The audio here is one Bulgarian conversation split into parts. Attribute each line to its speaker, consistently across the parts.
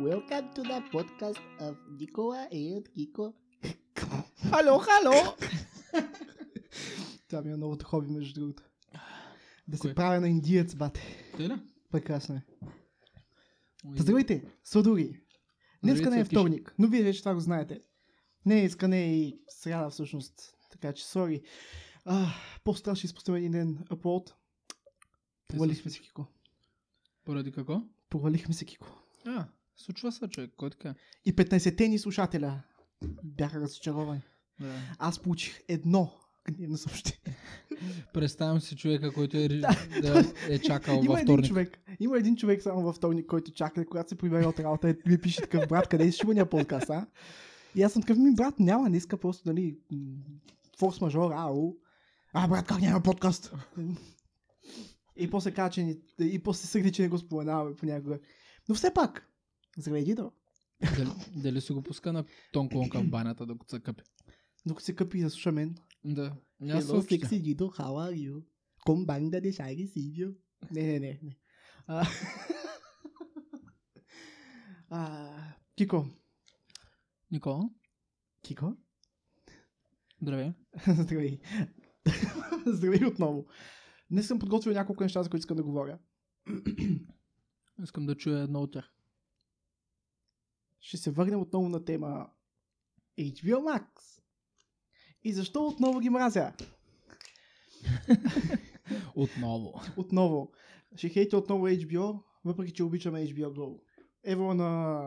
Speaker 1: Welcome to the podcast of Никола и Кико.
Speaker 2: Хало, хало!
Speaker 1: Това ми е новото хоби, между другото. Да се
Speaker 2: Кое?
Speaker 1: правя на индиец, бате.
Speaker 2: Тъй ли?
Speaker 1: Прекрасно е.
Speaker 2: Ой,
Speaker 1: Та, Здравейте, Сладури! Днеска не е
Speaker 2: Здравейте, Евтиш.
Speaker 1: вторник, но вие вече това го знаете. Не е иска, не е и сряда всъщност. Така че, сори. А, Просто трябваше да изпустим един ден аплод. Провалихме се, Кико.
Speaker 2: Поради какво?
Speaker 1: Провалихме се, Кико.
Speaker 2: А, случва се човек, кой така?
Speaker 1: И 15-те ни слушателя бяха разочаровани.
Speaker 2: Да.
Speaker 1: Аз получих едно гневно съобщение.
Speaker 2: Представям си човека, който е, да. да е чакал
Speaker 1: Има
Speaker 2: във
Speaker 1: един
Speaker 2: вторник.
Speaker 1: човек, има един човек само във вторник, който чака, когато се прибере от работа, е, ми пише такъв брат, къде е шибания подкаст, а? И аз съм такъв, ми брат, няма, не иска просто, нали, м, форс-мажор, ау. А, брат, как няма подкаст? и после каза, че ни, и после сърди, че не го споменаваме понякога. Но все пак, здравей, Дидо.
Speaker 2: Дали, дали си го пуска на тонконка в банята, докато се къпи?
Speaker 1: Докато се къпи и да слуша мен.
Speaker 2: Да. Няма
Speaker 1: Hello,
Speaker 2: се
Speaker 1: sexy Дидо, how are you? Комбан да дешаги сивио. Не, не, не. не. А... а, Кико,
Speaker 2: Никола,
Speaker 1: Кико?
Speaker 2: здравей.
Speaker 1: Здравей. Здравей отново. Днес съм подготвил няколко неща, за които искам да говоря.
Speaker 2: Искам да чуя едно от тях.
Speaker 1: Ще се върнем отново на тема HBO Max. И защо отново ги мразя?
Speaker 2: Отново.
Speaker 1: Отново. Ще хейте отново HBO, въпреки че обичаме HBO Go. Ево на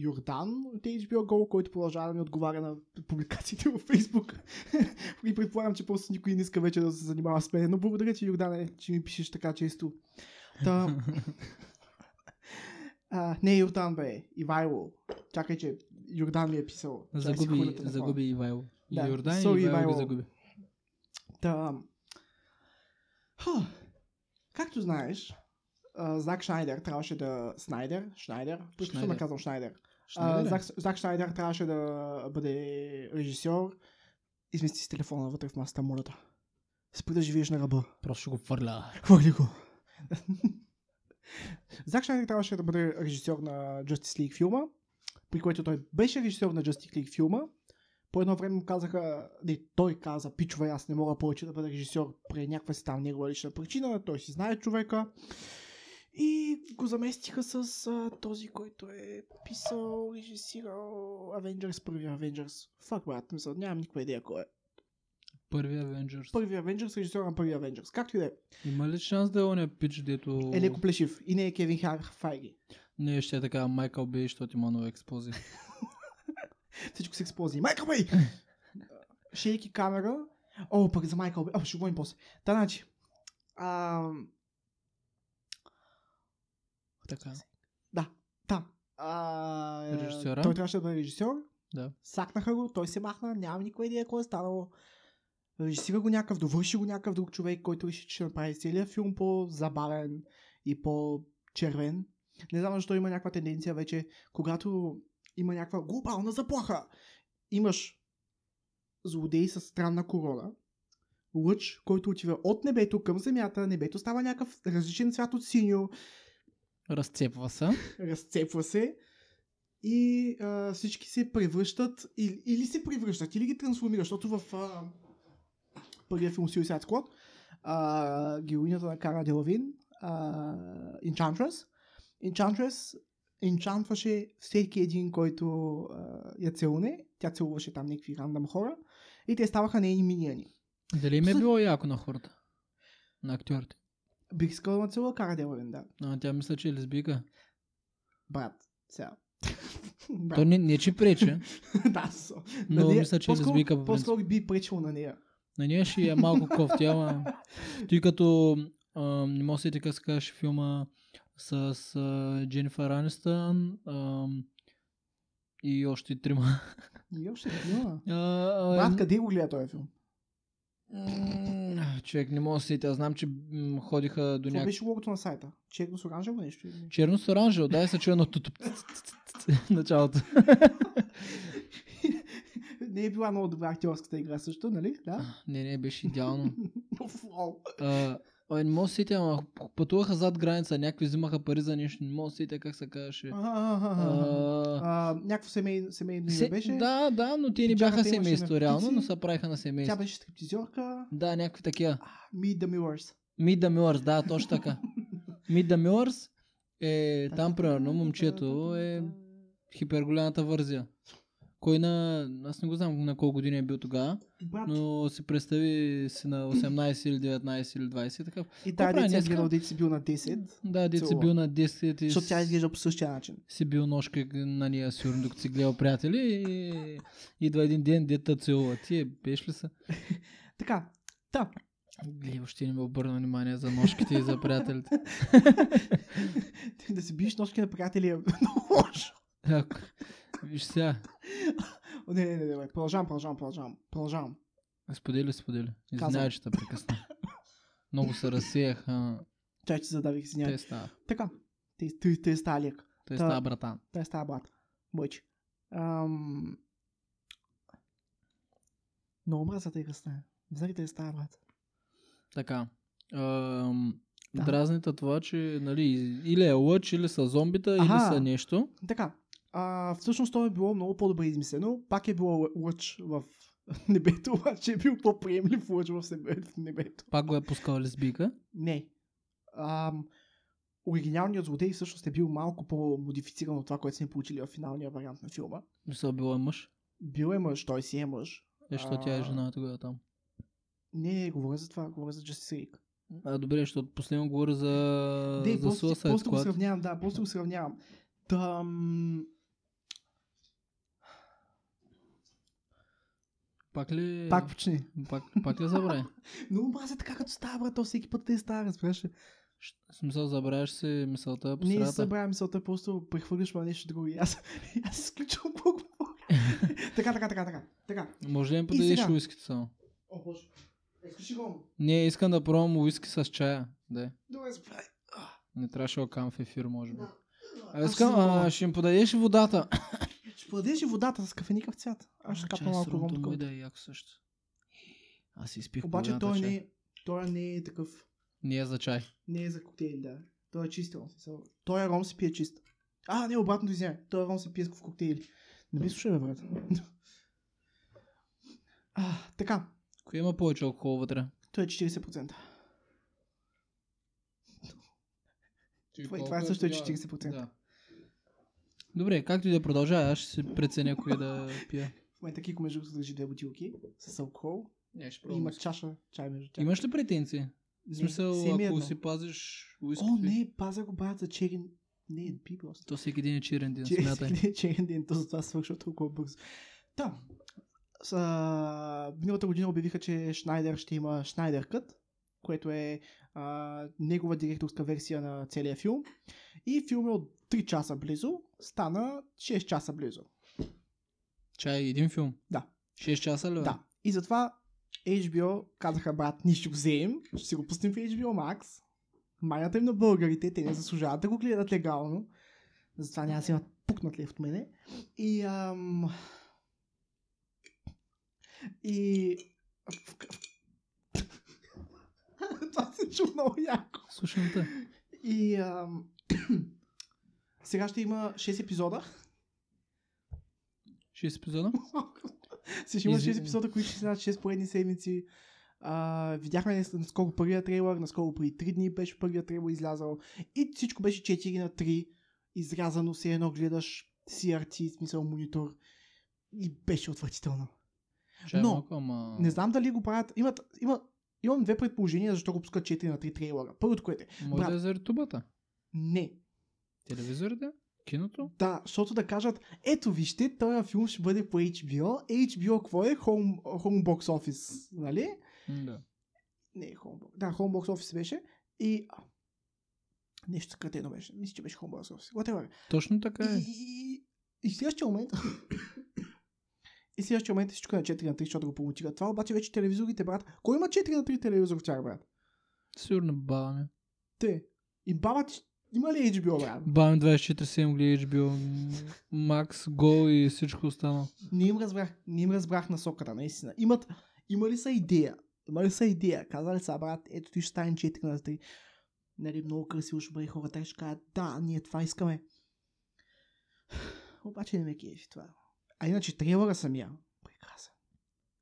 Speaker 1: Йордан от HBO Go, който продължава да ми отговаря на публикациите във Facebook. И предполагам, че просто никой не иска вече да се занимава с мен. Но благодаря ти, Йордане, че ми пишеш така често. Та... а, не Йордан, бе. Ивайло. Чакай, че Йордан ми е писал. Чакай, си хвърля
Speaker 2: Загуби,
Speaker 1: телефона.
Speaker 2: загуби Ивайло. И
Speaker 1: Да,
Speaker 2: Йордан
Speaker 1: sorry,
Speaker 2: и Ивайло
Speaker 1: Ивайло.
Speaker 2: ги загуби.
Speaker 1: Та... Хъ. Както знаеш, а, Зак Шнайдер трябваше да... Снайдер? Шнайдер? Предпочитам да
Speaker 2: Шнайдер.
Speaker 1: казвам Шнайдер. А,
Speaker 2: Шнайдер ли?
Speaker 1: Зак, Зак Шнайдер трябваше да бъде режисьор. Измести си телефона вътре в масата мулята. Спри да живееш на ръба.
Speaker 2: Просто ще го фърля.
Speaker 1: Хвърли го. Зак Шнайдер трябваше да бъде режисьор на Justice League филма, при който той беше режисьор на Justice League филма. По едно време му казаха, не, той каза, пичове, аз не мога повече да бъда режисьор при някаква си там негова лична причина, той си знае човека. И го заместиха с а, този, който е писал, режисирал Avengers, първия Avengers. Фак, брат, мисля, нямам никаква идея кой е.
Speaker 2: Първи Avengers.
Speaker 1: Първия Avengers, режисьор на първия Avengers. Както и да е.
Speaker 2: Има ли шанс да е оня пич, дето...
Speaker 1: Е леко плешив. И не е Кевин Хар Файги.
Speaker 2: Не, ще е така Майкъл Бей, защото има много експози.
Speaker 1: Всичко се използва. Майкъл Бей! Шейки камера. О, пък за Майкъл Бей. О, ще говорим после. Та, значи. Ам,
Speaker 2: така.
Speaker 1: Та. А, е,
Speaker 2: Режисьора?
Speaker 1: Той трябваше да бъде режисьор.
Speaker 2: Да.
Speaker 1: Сакнаха го, той се махна, нямам никаква идея какво е станало. Режисира го някакъв, довърши го някакъв друг човек, който реши, че ще направи целият филм по-забавен и по-червен. Не знам защо има някаква тенденция вече, когато има някаква глобална заплаха. Имаш злодей с странна корона, лъч, който отива от небето към земята, небето става някакъв различен цвят от синьо,
Speaker 2: Разцепва се.
Speaker 1: разцепва се и а, всички се превръщат или, или се превръщат, или ги трансформират, защото в а, първия филм Suicide Squad а, героинята на Кара Делавин а, Enchantress Enchantress Енчантваше всеки един, който а, я целуне. Тя целуваше там някакви рандъм хора. И те ставаха нейни минияни.
Speaker 2: Дали им е
Speaker 1: Пс.
Speaker 2: било яко на хората? На актьорите.
Speaker 1: Бих искал да ме целува Кара Делавин, да.
Speaker 2: А, тя мисля, че е лесбийка.
Speaker 1: Брат, сега.
Speaker 2: То
Speaker 1: Брат,
Speaker 2: не, не че прече.
Speaker 1: да, со.
Speaker 2: Но
Speaker 1: Нали,
Speaker 2: мисля, че е
Speaker 1: по-скоро-
Speaker 2: лесбийка по принцип.
Speaker 1: По-скоро би пречил на нея.
Speaker 2: На нея ще е малко кофти, ама... Той като... А, не мога да се сетя как се казваше филма с а, Дженнифър Анистън а, и още трима.
Speaker 1: И още няма.
Speaker 2: А, а,
Speaker 1: Брат, къде го гледа този филм?
Speaker 2: м, Човек, не мога да се сетя. Аз знам, че м, ходиха до
Speaker 1: Това
Speaker 2: някакви...
Speaker 1: беше логото на сайта. Черно с оранжево нещо. или не?
Speaker 2: Черно с оранжево, дай се чуя едно тутуп началото.
Speaker 1: Не е била много добра актьорската игра също, нали? Да.
Speaker 2: Не, не, беше идеално.
Speaker 1: Но флоу.
Speaker 2: А, Абе, не мога да се сетя, ама пътуваха зад граница, някакви взимаха пари за нещо, не мога да се сетя как се казваше. А,
Speaker 1: А, Някакво семей- семейно име
Speaker 2: се-
Speaker 1: беше.
Speaker 2: Да, ами да, но те
Speaker 1: Чакайте,
Speaker 2: не бяха
Speaker 1: имаше
Speaker 2: семейство
Speaker 1: наркотици.
Speaker 2: реално, но се правиха на
Speaker 1: Тя
Speaker 2: семейство.
Speaker 1: беше стриптизьорка.
Speaker 2: Да, някакви такива.
Speaker 1: Meet the Mirrors.
Speaker 2: Meet the Millers, да, точно така. Meet the Millers е там, примерно, момчето е хиперголямата вързия. Кой на... Аз не го знам на колко години е бил тогава,
Speaker 1: Брат,
Speaker 2: но си представи си на 18 или 19 или 20 така.
Speaker 1: и тази
Speaker 2: прави
Speaker 1: деца е
Speaker 2: днеска?
Speaker 1: гледал, дето си бил на 10.
Speaker 2: Да, дет си
Speaker 1: Целува.
Speaker 2: бил на 10 и
Speaker 1: Защото тя е
Speaker 2: с-
Speaker 1: изглежда по същия начин.
Speaker 2: си бил ножка на нея сигурно, докато си гледал приятели и идва един ден дета целува. Ти е, беше ли са?
Speaker 1: Така, та.
Speaker 2: Гле, въобще не ме обърна внимание за ножките и за приятелите.
Speaker 1: да си биеш ножки на приятели е много лошо.
Speaker 2: Ако... Виж сега,
Speaker 1: О, Не, не, не, не, продължавам, продължавам, продължавам, продължавам.
Speaker 2: Сподели, сподели. Извинявай,
Speaker 1: Казвам.
Speaker 2: че те прекъсна. Много се разсеяха.
Speaker 1: Чай, че задавих си
Speaker 2: Те
Speaker 1: някакъв.
Speaker 2: става.
Speaker 1: Така, те, те, те става е лек. Та.
Speaker 2: Те става, братан.
Speaker 1: Те става брат. Бойче. Ам... Много мраза те кръсна. Знаете, те става брат.
Speaker 2: Така. Ам,
Speaker 1: Да.
Speaker 2: Дразните това, че нали, или е лъч, или са зомбита, или
Speaker 1: Аха.
Speaker 2: са нещо.
Speaker 1: Така, а, всъщност то е било много по-добре измислено. Пак е било лъ- лъч в небето, обаче е бил по-приемлив лъч в себе- в небето.
Speaker 2: Пак го е пускала лесбийка.
Speaker 1: Не. Ам, оригиналният злодей всъщност е бил малко по-модифициран от това, което сме получили в финалния вариант на филма.
Speaker 2: Мисля, била е мъж.
Speaker 1: Бил е мъж, той си е мъж.
Speaker 2: Е, що тя е
Speaker 1: А.
Speaker 2: жена тогава там.
Speaker 1: Не, не, говоря за това, говоря за Justice League.
Speaker 2: А, добре, защото последно говоря за,
Speaker 1: Дей,
Speaker 2: за
Speaker 1: просто,
Speaker 2: Suicide
Speaker 1: просто го
Speaker 2: Squad.
Speaker 1: сравнявам, да, просто го сравнявам. Там...
Speaker 2: Пак ли...
Speaker 1: Пак почни.
Speaker 2: Пак, пак ли забрави?
Speaker 1: Много мразя така, като става, брат, то всеки път те става, разбираш ли?
Speaker 2: Щ- В смисъл, забравяш си мисълта по
Speaker 1: Не
Speaker 2: средата.
Speaker 1: събравя мисълта, е просто прехвърляш на нещо друго и аз, и аз изключвам какво говоря. така, така, така, така, така.
Speaker 2: Може ли ми
Speaker 1: И
Speaker 2: подадеш
Speaker 1: сега.
Speaker 2: уискито само?
Speaker 1: О, боже. Е, Изключи го.
Speaker 2: Не, искам да пробвам уиски с чая. Да.
Speaker 1: Добре, справи.
Speaker 2: Не трябваше да кам в ефир, може би.
Speaker 1: Да.
Speaker 2: А, искам, а, ще им подадеш водата.
Speaker 1: Ще подадеш и водата с кафеникав цвят. Аз ще капна малко ром тук.
Speaker 2: да е яко също. Аз изпих
Speaker 1: Обаче той не, е- той не е такъв.
Speaker 2: Не е за чай.
Speaker 1: Не е за коктейл, да. Той е чист ром. смисъл. Той е ром се пие чист. А, не, обратно извиня. Той е ром се пие в коктейли. Не ми слушай, бе, брат. А, така.
Speaker 2: Кое има повече алкохол вътре?
Speaker 1: Той е 40%. Това- колко това е също е тогава? 40%.
Speaker 2: Да. Добре, както и да продължава, аз ще си преценя кое да пия.
Speaker 1: В момента Кико между другото държи две бутилки с алкохол.
Speaker 2: Не, ще
Speaker 1: И има чаша чай между тях.
Speaker 2: Имаш ли претенции?
Speaker 1: Не,
Speaker 2: В смисъл,
Speaker 1: все ми е
Speaker 2: ако
Speaker 1: едно.
Speaker 2: си пазиш
Speaker 1: О,
Speaker 2: уискито...
Speaker 1: не, пазя го брат за черен... Не, би просто.
Speaker 2: То всеки един е черен ден,
Speaker 1: Черен-
Speaker 2: смятай.
Speaker 1: не, черен ден, то затова свършва толкова бързо. Та. С, а, миналата година обявиха, че Шнайдер ще има Шнайдер Кът, което е а, негова директорска версия на целия филм. И филм е от 3 часа близо, стана 6 часа близо.
Speaker 2: Чай, един филм?
Speaker 1: Да.
Speaker 2: 6 часа ли? бе?
Speaker 1: Да. И затова HBO казаха, брат, ние ще го вземем, ще си го пуснем в HBO Max. Майната им на българите, те не заслужават да го гледат легално. Затова няма да си имат пукнат ли от мене. И, ам... И... Това се чу много яко.
Speaker 2: Слушам те.
Speaker 1: И ам... сега ще има 6 епизода.
Speaker 2: 6 епизода?
Speaker 1: Ще има 6
Speaker 2: Изви-
Speaker 1: епизода, които ще знаят 6 поредни седмици. А, видяхме нас- наскоро първия трейлър, наскоро преди 3 дни беше първия трейлър излязъл. И всичко беше 4 на 3. Изрязано се едно гледаш CRT, в смисъл монитор. И беше отвратително.
Speaker 2: Чай
Speaker 1: Но,
Speaker 2: малко, ама...
Speaker 1: Не знам дали го правят. Имат, има, имам две предположения защо го пускат 4 на 3 трейлъра. Първото което е.
Speaker 2: Може
Speaker 1: брат.
Speaker 2: да е заради тубата.
Speaker 1: Не.
Speaker 2: Телевизорите? Киното?
Speaker 1: Да, защото да кажат, ето вижте, този филм ще бъде по HBO. HBO какво е? Home, home Box Office, нали?
Speaker 2: Да.
Speaker 1: Не, Homebox. Да, Homebox Office беше. И... а, Нещо съкратено беше. Мисля, че беше Homebox Office. Whatever.
Speaker 2: Точно така е.
Speaker 1: И, и, и, и в следващия момент... и в следващия момент всичко е на 4 на 3, защото го промотира. Това обаче вече телевизорите, брат. Кой има 4 на 3 телевизор в тях, брат?
Speaker 2: Сигурно баба ми.
Speaker 1: Те. И баба ти... Има ли HBO, брат?
Speaker 2: Баба ми 24-7 гледа HBO, Max, Go и всичко останало.
Speaker 1: Не им разбрах, не им разбрах насоката, наистина. Имат, има ли са идея? Мали са идея. Казали са, брат, ето ти ще стане 4 на 3. Нали, много красиво ще бъде хората. Ще кажат, да, ние това искаме. Обаче не ме кефи това. А иначе трейлера самия. Прекрасен.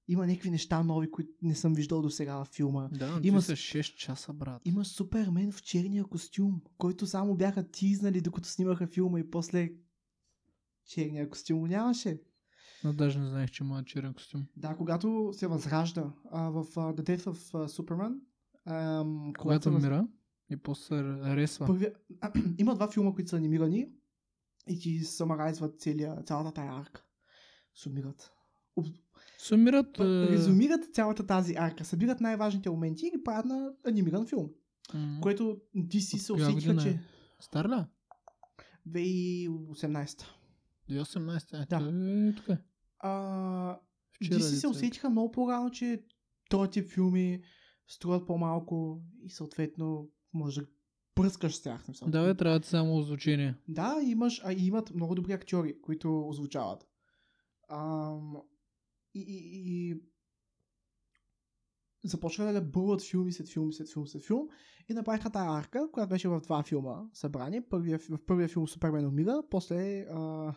Speaker 1: Има някакви неща нови, които не съм виждал до сега във филма.
Speaker 2: Да,
Speaker 1: Има
Speaker 2: има
Speaker 1: с-
Speaker 2: са 6 часа, брат.
Speaker 1: Има Супермен в черния костюм, който само бяха тизнали докато снимаха филма и после черния костюм го нямаше.
Speaker 2: Но даже не знаех, че има черен костюм.
Speaker 1: Да, когато се възражда а, в а, The Death of а, Superman, ам,
Speaker 2: Когато
Speaker 1: се въз-
Speaker 2: мира и после се ресва.
Speaker 1: Първия... Има два филма, които са анимирани и ти самарайзват целия, цялата тая арка. Сумират. Об...
Speaker 2: Сумират...
Speaker 1: п-
Speaker 2: е,
Speaker 1: Резумират цялата тази арка, събират най-важните моменти и ги правят на анимиран филм.
Speaker 2: м,
Speaker 1: Което DC
Speaker 2: От
Speaker 1: се
Speaker 2: коя
Speaker 1: усетиха,
Speaker 2: година е?
Speaker 1: че
Speaker 2: Стар ли?
Speaker 1: 2018.
Speaker 2: 2018. Е,
Speaker 1: Да.
Speaker 2: той е тук. е.
Speaker 1: А,
Speaker 2: Вчера
Speaker 1: DC се
Speaker 2: деца.
Speaker 1: усетиха много по-рано, че този тип филми струват по-малко и съответно може да пръскаш с тях. в смисъл.
Speaker 2: Да, бе, трябва ти само озвучение.
Speaker 1: Да, имаш, а и имат много добри актьори, които озвучават. Ам, и, и, и започнаха да бълват филми след филм, след филм, след филм и направиха тази арка, която беше в два филма събрани. Първия, фи- в първия филм Супермен умира, после а,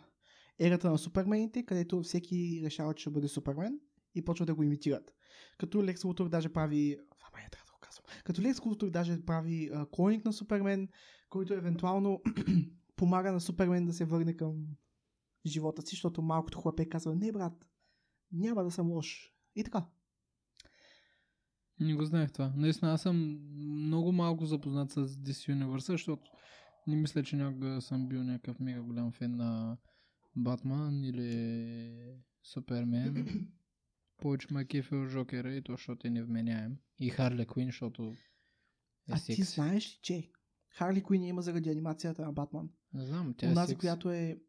Speaker 1: ерата на супермените, където всеки решава, че ще бъде Супермен и почва да го имитират. Като Лекс Лутор даже прави... Това май не трябва да го казвам. Като Лекс Лутор даже прави а, клоник на Супермен, който евентуално помага на Супермен да се върне към живота си, защото малкото хлапе казва, не брат, няма да съм лош. И така.
Speaker 2: Не го знаех това. Наистина, аз съм много малко запознат с DC Universe, защото не мисля, че някога съм бил някакъв мега голям фен на Батман или Супермен. Повече ме е кефил Жокера и то, защото е невменяем. И Харли Куин, защото е
Speaker 1: а ти
Speaker 2: секси.
Speaker 1: знаеш ли, че Харли Куин я има заради анимацията на Батман?
Speaker 2: Не знам, тя е
Speaker 1: Онази,
Speaker 2: секси.
Speaker 1: която е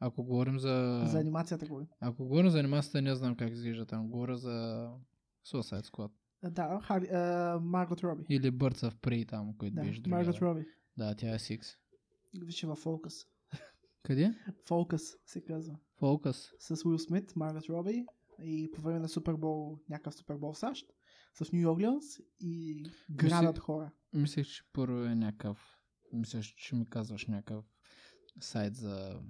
Speaker 2: Ако говорим за...
Speaker 1: за анимацията, говори.
Speaker 2: Ако говорим за анимацията, не знам как изглежда там. Говоря за Suicide Squad.
Speaker 1: А, Да, Харли, а, Маргот Роби.
Speaker 2: Или Birds of Prey там, който
Speaker 1: Да,
Speaker 2: беше другия.
Speaker 1: Маргот
Speaker 2: бе.
Speaker 1: Роби.
Speaker 2: Е, Да, тя е секси.
Speaker 1: Беше във Фокъс.
Speaker 2: Къде?
Speaker 1: Фокъс се казва.
Speaker 2: Фокъс.
Speaker 1: С Уил Смит, Маргот Роби и по време на Супербол, някакъв Супербол в САЩ, с Нью Орлеанс и градат хора.
Speaker 2: Мислех, че първо е някакъв... Мислех, че ми казваш някакъв сайт за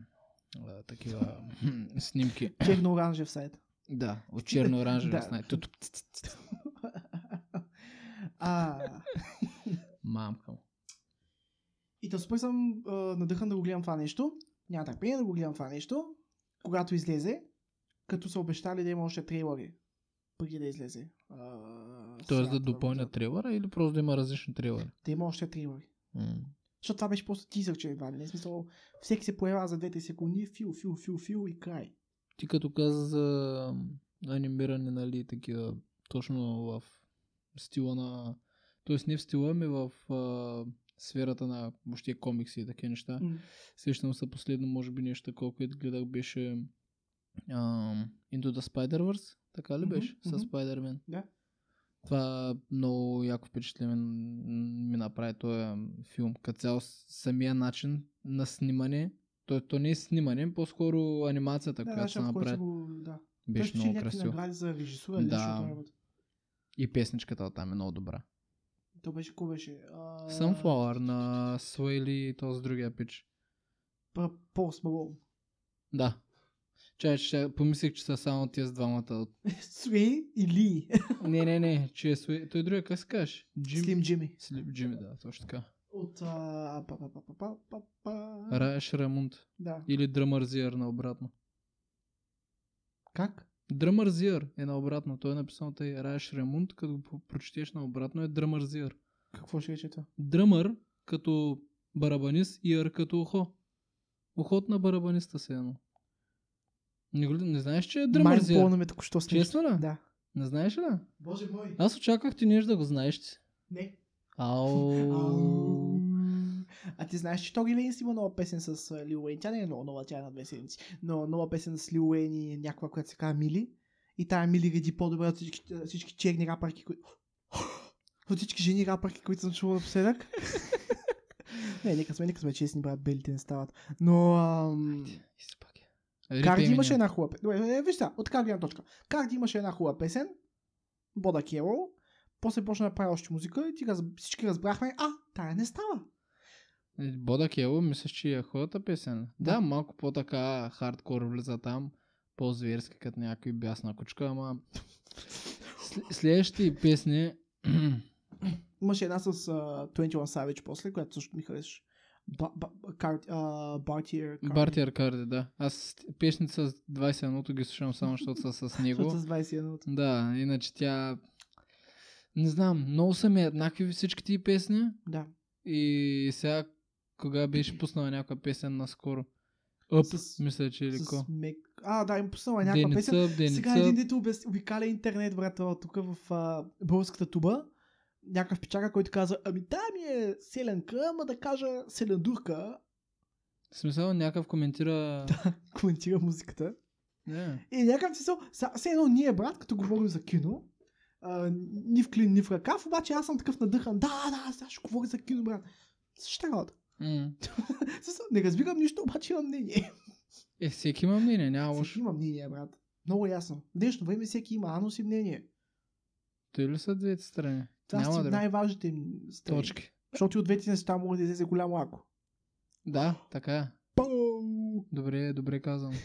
Speaker 2: а, такива хм, снимки.
Speaker 1: Черно-оранжев сайт.
Speaker 2: Да, от черно-оранжеви
Speaker 1: Да.
Speaker 2: да. знае. Тук, ц, ц, ц, ц.
Speaker 1: А,
Speaker 2: Мамка му.
Speaker 1: И да супер съм а, надъхан да го гледам това нещо. Няма търпение да го гледам това нещо, когато излезе, като са обещали да има още трейлери, преди да излезе. А,
Speaker 2: Тоест
Speaker 1: сега, е
Speaker 2: да допълня
Speaker 1: първата.
Speaker 2: трейлера или просто да има различни трейлери?
Speaker 1: Да има още трейлери.
Speaker 2: М.
Speaker 1: Защото това беше просто тизър, че едва ли не. В Смисъл, всеки се появява за 2-3 секунди, фил, фил, фил, фил и край.
Speaker 2: Ти като каза за анимиране, нали, такива, точно в стила на... Тоест не в стила, ми в а, сферата на въобще комикси и такива неща.
Speaker 1: М.
Speaker 2: Сещам се последно, може би нещо такова, което гледах беше ам, Into the Spider-Verse, така ли
Speaker 1: Мгм,
Speaker 2: беше? С
Speaker 1: мгм.
Speaker 2: Spider-Man.
Speaker 1: Да.
Speaker 2: Това много яко впечатление м- ми направи този филм. Като цял с- самия начин на снимане, то, то не е снимане, по-скоро
Speaker 1: Да,
Speaker 2: анимацията,
Speaker 1: да,
Speaker 2: която се
Speaker 1: защото който
Speaker 2: направи,
Speaker 1: си го... Да. Той
Speaker 2: беше
Speaker 1: ще
Speaker 2: много
Speaker 1: Значи някакви
Speaker 2: красиво.
Speaker 1: награди за режисура, да.
Speaker 2: Да.
Speaker 1: нещо работа.
Speaker 2: И песничката там е много добра.
Speaker 1: То беше, ко беше? А...
Speaker 2: Sunflower на Свейли и този другия пич.
Speaker 1: Пр- Post Malone.
Speaker 2: Да. Чай, че помислих, че са само тези двамата от...
Speaker 1: Свей и Ли.
Speaker 2: Не, не, не, че е Свей... Той другия, как се каш? Джим...
Speaker 1: Слим Джимми.
Speaker 2: Слим Джими, да, точно така.
Speaker 1: От... а, па, па, па, па, па, па, па.
Speaker 2: Раш Рамунд.
Speaker 1: Да.
Speaker 2: Или Дръмързиер наобратно.
Speaker 1: Как?
Speaker 2: Дръмързиер е наобратно. Той е написал тъй Раш Ремунд, като го по- прочетеш наобратно е Дръмързиер.
Speaker 1: Какво ще рече това?
Speaker 2: Дръмър като барабанист и ър като ухо. Ухот на барабаниста се едно. Не, го ли- не знаеш, че е Дръмързиер?
Speaker 1: Майнпълна ме току-що смешно.
Speaker 2: Честно ли?
Speaker 1: Да.
Speaker 2: Не знаеш ли?
Speaker 1: Боже мой.
Speaker 2: Аз очаквах ти нещо да го знаеш. ти.
Speaker 1: Не.
Speaker 2: Ау.
Speaker 1: А ти знаеш, че Тоги Лейнс има нова песен с а, Лил Уейн. Тя не е много нова, тя е на две седмици. Но нова песен с Лил Уейн и някаква, която се казва Мили. И тая Мили реди по-добре от всички, всички черни рапърки, които... От всички жени рапърки, които съм чувал напоследък. не, нека сме, нека сме честни, брат, белите не стават. Но... Ам...
Speaker 2: Изпак е.
Speaker 1: Карди
Speaker 2: Рипи
Speaker 1: имаше
Speaker 2: Eminem.
Speaker 1: една хубава песен. Добре, е, вижте, от как гледна точка. Карди имаше една хубава песен, Бода Кело, После почна да прави още музика и ти раз... всички разбрахме, а, тая не става.
Speaker 2: Е, Бода Кело, мислиш, че е хората песен. Да.
Speaker 1: Да.
Speaker 2: да, малко по-така хардкор влиза там, по-зверски, като някой бясна кучка, ама... Сл- Следващите песни...
Speaker 1: Имаше една с uh, 21 Savage после, която също ми харесваше. Ба- ба- кар- а, Bartier. Cardi.
Speaker 2: Барти Аркарди, да. Аз песните с 21-то ги слушам само, защото са с него.
Speaker 1: Защото с 21-то.
Speaker 2: Да, иначе тя... Не знам, много са ми еднакви всички ти песни.
Speaker 1: Да.
Speaker 2: И сега, кога беше пуснала някаква песен наскоро? Up,
Speaker 1: С-
Speaker 2: мисля, че е или
Speaker 1: С
Speaker 2: ко.
Speaker 1: мек... А, да, им пуснала някаква песен.
Speaker 2: Деница,
Speaker 1: Сега един
Speaker 2: Деница.
Speaker 1: дето обяс- обикаля интернет, брат, тук в а, българската туба. Някакъв печага, който каза, ами да ми е селенка, ама да кажа селендурка.
Speaker 2: В смисъл, някакъв коментира...
Speaker 1: Коментира музиката.
Speaker 2: Не.
Speaker 1: И някакъв смисъл, са- все едно ние, брат, като говорим за кино, а, ни в клин, ни в ръкав, обаче аз съм такъв надъхан. Да, да, сега ще говоря за кино, брат. Същата работа.
Speaker 2: М.
Speaker 1: Смисъл, Не разбирам нищо, обаче имам мнение.
Speaker 2: Е, всеки има мнение, няма
Speaker 1: Всеки
Speaker 2: лошо.
Speaker 1: има мнение, брат. Много ясно. В днешно време всеки има анус и мнение.
Speaker 2: Те ли са двете страни?
Speaker 1: Това са
Speaker 2: няма
Speaker 1: си
Speaker 2: друго.
Speaker 1: най-важните им страни.
Speaker 2: Точки.
Speaker 1: Защото и от двете неща може да излезе голямо ако.
Speaker 2: Да, така е.
Speaker 1: Пау!
Speaker 2: Добре, добре казано.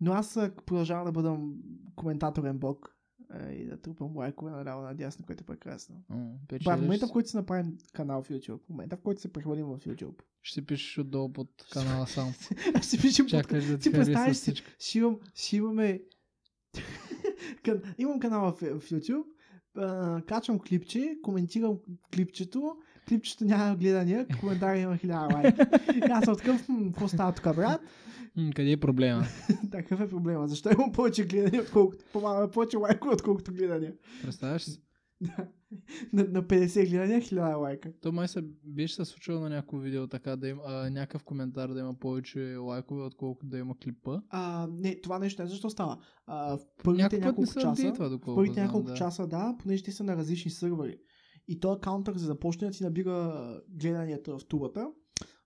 Speaker 1: Но аз а, продължавам да бъдам коментаторен бог а, и да трупам лайкове наляво надясно, което е прекрасно.
Speaker 2: М,
Speaker 1: Брат,
Speaker 2: печелиш
Speaker 1: в момента,
Speaker 2: си.
Speaker 1: в който си направим канал в YouTube, в момента, в който се прехвърлим в YouTube,
Speaker 2: Ще си пишеш отдолу под канала сам.
Speaker 1: аз си пишем подкаст.
Speaker 2: Чакаш да ти
Speaker 1: Ти
Speaker 2: хареса
Speaker 1: представяш си,
Speaker 2: всичко.
Speaker 1: ще, имам, ще имаме... Кан- Имам канал в, в YouTube, а, качвам клипче, коментирам клипчето, клипчето няма гледания, коментар има хиляда лайка. И аз съм такъв, «М, какво става тук, брат?
Speaker 2: М, Къде е проблема?
Speaker 1: Такъв е проблема. Защо имам повече гледания, отколкото по-малко, повече лайкове, отколкото гледания?
Speaker 2: Представяш си?
Speaker 1: На, на 50 гледания, 1000 лайка.
Speaker 2: То май се беше се случило на някакво видео така да има, а, някакъв коментар да има повече лайкове, отколкото да има клипа.
Speaker 1: А, не, това нещо не защо става. А, в първите
Speaker 2: Някой път не
Speaker 1: няколко
Speaker 2: се
Speaker 1: часа,
Speaker 2: апдейтва,
Speaker 1: в
Speaker 2: доколко
Speaker 1: първите
Speaker 2: знам,
Speaker 1: няколко
Speaker 2: да.
Speaker 1: часа, да, понеже те са на различни сървъри. И този каунтър за започне да ти набира гледанията в тубата,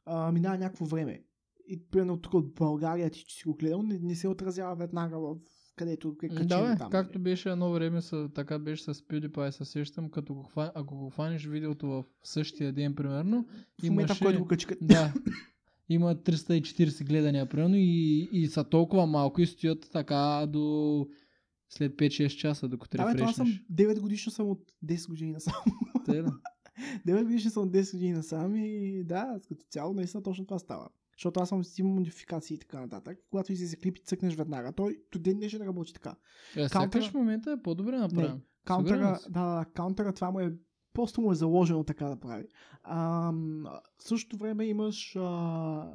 Speaker 1: а, минава някакво време. И примерно тук от България ти, че си го гледал, не, не се отразява веднага в където е
Speaker 2: М,
Speaker 1: качено
Speaker 2: Да, бе,
Speaker 1: там.
Speaker 2: както беше едно време, са, така беше с PewDiePie, се сещам, като го хван, ако го хванеш видеото в същия ден, примерно,
Speaker 1: в момента, в
Speaker 2: имаше-
Speaker 1: който го качиха.
Speaker 2: да, има 340 гледания, примерно, и, и са толкова малко и стоят така до след 5-6 часа, докато
Speaker 1: Да, бе, това аз съм
Speaker 2: рефрешнеш.
Speaker 1: 9 годишно съм от 10 години насам.
Speaker 2: Те да.
Speaker 1: 9 годишни съм 10 години насам и да, като цяло наистина точно това става. Защото аз съм си имал модификации и така нататък. Когато излезе клип и цъкнеш веднага, той до ден днешен работи така.
Speaker 2: Е,
Speaker 1: Каунтъра-
Speaker 2: сякаш в момента е по-добре направен. Сигурен
Speaker 1: Каунтъра,
Speaker 2: ли си?
Speaker 1: да, да, каунтъра това му е просто му е заложено така да прави. Ам, в същото време имаш а,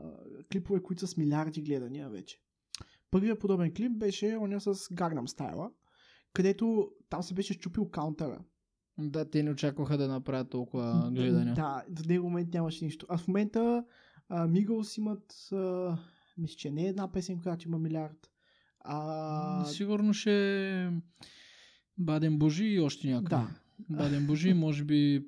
Speaker 1: клипове, които са с милиарди гледания вече. Първият подобен клип беше оня с Gangnam Style, където там се беше щупил каунтъра.
Speaker 2: Да, те не очакваха да направят толкова гледания.
Speaker 1: Да, до него момент нямаше нищо. А в момента а, Мигълс имат, а, мисля, че не е една песен, която има милиард. А,
Speaker 2: М, Сигурно ще Баден Божи и още някъде.
Speaker 1: Да.
Speaker 2: Баден Божи, може би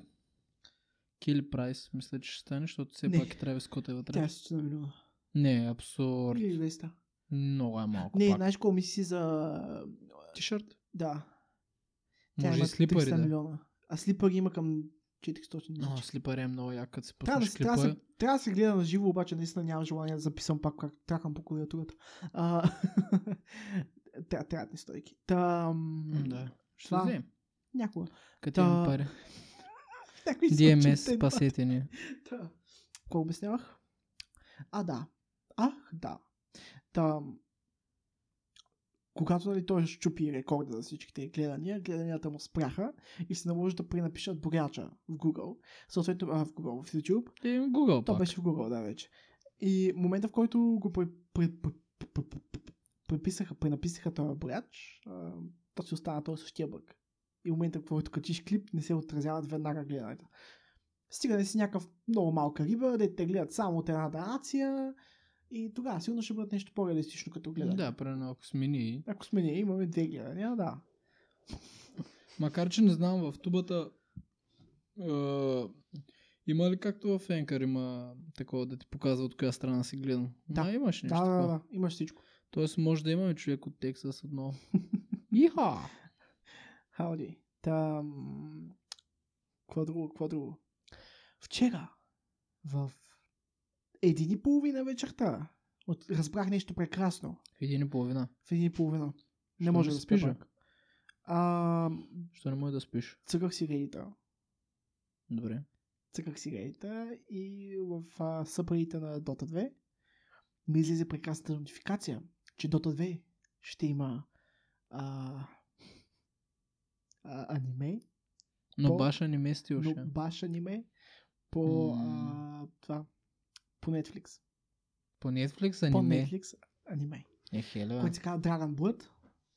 Speaker 2: Кили Прайс, мисля, че ще стане, защото все
Speaker 1: Не.
Speaker 2: пак и Травис Скот е вътре.
Speaker 1: тя се на милиона.
Speaker 2: Не, абсурд.
Speaker 1: Или 200.
Speaker 2: Много е малко
Speaker 1: Не, значи,
Speaker 2: пак.
Speaker 1: знаеш какво мисли за...
Speaker 2: Тишърт?
Speaker 1: Да. Тя
Speaker 2: Може и
Speaker 1: има
Speaker 2: слипари,
Speaker 1: 300
Speaker 2: да. е.
Speaker 1: милиона. А слипари има към 400
Speaker 2: Но
Speaker 1: мисля, че.
Speaker 2: слипари е много як, като си
Speaker 1: Трябва да,
Speaker 2: пуснеш
Speaker 1: се, трябва, да
Speaker 2: клипа.
Speaker 1: се, трябва да се гледа на живо, обаче наистина нямам желание да записвам пак как тракам по клавиатурата. А, Тря- трябват ни стойки. Там...
Speaker 2: М, Да. Ще
Speaker 1: Това-
Speaker 2: вземем.
Speaker 1: Някога.
Speaker 2: Като имам
Speaker 1: Та-
Speaker 2: пари.
Speaker 1: Някой изкочи от
Speaker 2: DMS,
Speaker 1: една.
Speaker 2: спасете ни.
Speaker 1: Та. Какво обяснявах? А, да. Ах, да. Та, когато нали, той щупи рекорда за всичките гледания, гледанията му спряха и се наложи да пренапишат боряча в Google. Съответно, а, в Google, в YouTube.
Speaker 2: Те им Е, Google
Speaker 1: То
Speaker 2: пак.
Speaker 1: беше в Google, да, вече. И момента, в който го пре- пре- пре- пре- пре- пре- преписаха, пренаписаха този боряч, а, то си остана този същия бък. И момента, в който качиш клип, не се отразяват веднага гледанията. Стига да си някакъв много малка риба, да те гледат само от едната нация и тогава сигурно ще бъдат нещо по-реалистично като гледане.
Speaker 2: Да, примерно ако смени.
Speaker 1: Ако сме ние, имаме две гледания, да.
Speaker 2: Макар, че не знам, в тубата е, има ли както в Енкър има такова да ти показва от коя страна си гледал?
Speaker 1: Да.
Speaker 2: Май имаш нещо
Speaker 1: Да, да, да,
Speaker 2: такова.
Speaker 1: да, имаш всичко.
Speaker 2: Тоест може да имаме човек от Тексас отново. Иха!
Speaker 1: Хауди. Там... Какво друго, какво друго? Вчера в един и половина вечерта от... разбрах нещо прекрасно.
Speaker 2: Един и половина.
Speaker 1: В един и половина. Не
Speaker 2: Що
Speaker 1: може
Speaker 2: не
Speaker 1: да спиш.
Speaker 2: спиш, бе?
Speaker 1: пак. А,
Speaker 2: Що не може да спиш?
Speaker 1: цъках си рейта.
Speaker 2: Добре.
Speaker 1: цъках си рейта и в а, събарите на Dota 2 ми излезе прекрасната нотификация, че Dota 2 ще има а, а, аниме,
Speaker 2: Но
Speaker 1: По-
Speaker 2: баша не мести
Speaker 1: но
Speaker 2: още.
Speaker 1: баш аниме по а,
Speaker 2: М.
Speaker 1: това, по Netflix.
Speaker 2: По Netflix
Speaker 1: По
Speaker 2: аниме.
Speaker 1: Netflix аниме,
Speaker 2: Е, хелева.
Speaker 1: което се казва Dragon Blood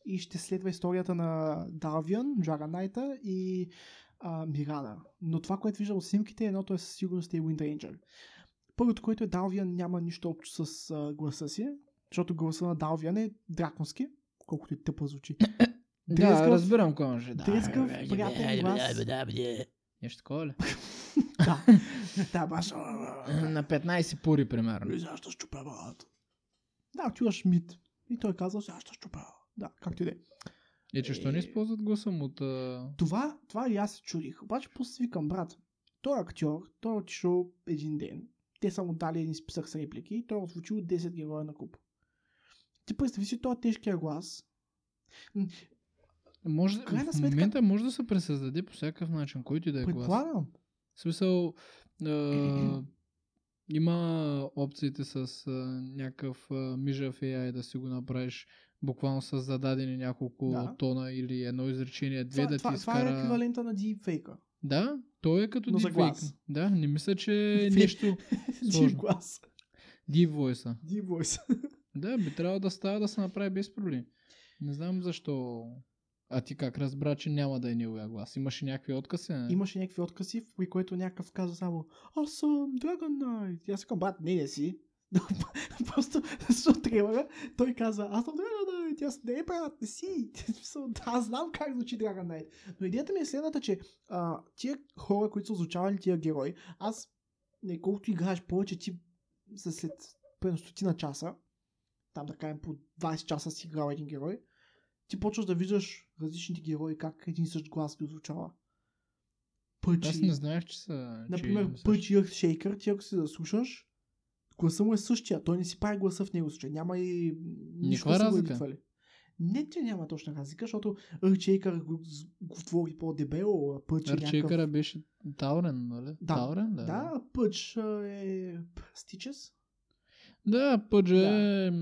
Speaker 1: и ще следва историята на Дарвион, Dragon Knight и а, Мирана. Но това, което виждам от снимките, едното е със сигурност е Wind Ranger. Първото, което е Далвиан няма нищо общо с а, гласа си, защото гласа на Далвиан е драконски, колкото и тъпо звучи.
Speaker 2: Да,
Speaker 1: Дрескав-
Speaker 2: разбирам кой
Speaker 1: е,
Speaker 2: може. Да,
Speaker 1: Дрескав,
Speaker 2: бе, бе,
Speaker 1: приятен
Speaker 2: бе, бе,
Speaker 1: глас.
Speaker 2: бе, бе, бе. Нещо такова ли?
Speaker 1: да, да, баш.
Speaker 2: На 15 пури, примерно.
Speaker 1: И сега ще щупя брат. Да, чуваш мит. И той казва, сега ще щупя. Да, както и да е.
Speaker 2: И че що
Speaker 1: Е.
Speaker 2: не използват гласа му от... а,
Speaker 1: Това, това и аз се чудих. Обаче после си викам, брат, той е актьор, той е отишъл един ден. Те са му дали един списък с реплики и той е озвучил 10 героя на куп. Ти представи си този тежкия глас.
Speaker 2: Може,
Speaker 1: В крайна
Speaker 2: в
Speaker 1: сметка-
Speaker 2: момента може да се пресъздаде по всякакъв начин, който и да е глас.
Speaker 1: Предполагам.
Speaker 2: В смисъл, а, има опциите с а, някакъв а, мижав AI да си го направиш буквално с зададени няколко
Speaker 1: Да.
Speaker 2: тона или едно изречение, две
Speaker 1: Това,
Speaker 2: да
Speaker 1: това,
Speaker 2: ти
Speaker 1: това е
Speaker 2: изкара...
Speaker 1: еквивалента на дипфейка.
Speaker 2: Да, той е като
Speaker 1: Но за
Speaker 2: дипфейк.
Speaker 1: глас.
Speaker 2: Да, не мисля, че е
Speaker 1: Фи-
Speaker 2: нещо
Speaker 1: Дип
Speaker 2: сложно.
Speaker 1: глас.
Speaker 2: Deep voice
Speaker 1: Дип войс.
Speaker 2: Да, би трябвало да става да се направи без проблем. Не знам защо. А ти как разбра, че няма да е неговия глас? Имаше някакви откази? Не?
Speaker 1: Имаше някакви откази, при което някакъв каза само Аз съм Dragon Knight. И аз казвам, брат, не, не си. Просто защото трейлера, той каза, аз съм Dragon Knight. И аз, не, брат, не си. В смисъл, да, аз знам как звучи Dragon Knight. Но идеята ми е следната, че а, тия хора, които са озвучавали тия герои, аз, не колкото играеш повече, ти за след примерно стотина часа, там да кажем по 20 часа си играл един герой, ти почваш да виждаш различните герои, как един и същ глас ги озвучава.
Speaker 2: Аз
Speaker 1: Пъчи,
Speaker 2: не знаех, че са...
Speaker 1: например,
Speaker 2: че...
Speaker 1: Пъчи Earthshaker, ти ако си заслушаш, гласа му е същия, той не си прави гласа в него случай, няма и нищо
Speaker 2: Никаква
Speaker 1: да са го
Speaker 2: разлика.
Speaker 1: едитвали. Не, че няма точна разлика, защото Earthshaker го, го твори по-дебело, а Пъч е някакъв...
Speaker 2: Арчекъра Значи, беше Таурен, нали?
Speaker 1: Да.
Speaker 2: Таурен, да.
Speaker 1: Да, а Пъч а, е... Стичес?
Speaker 2: Да, Пъджа
Speaker 1: Да.
Speaker 2: е м,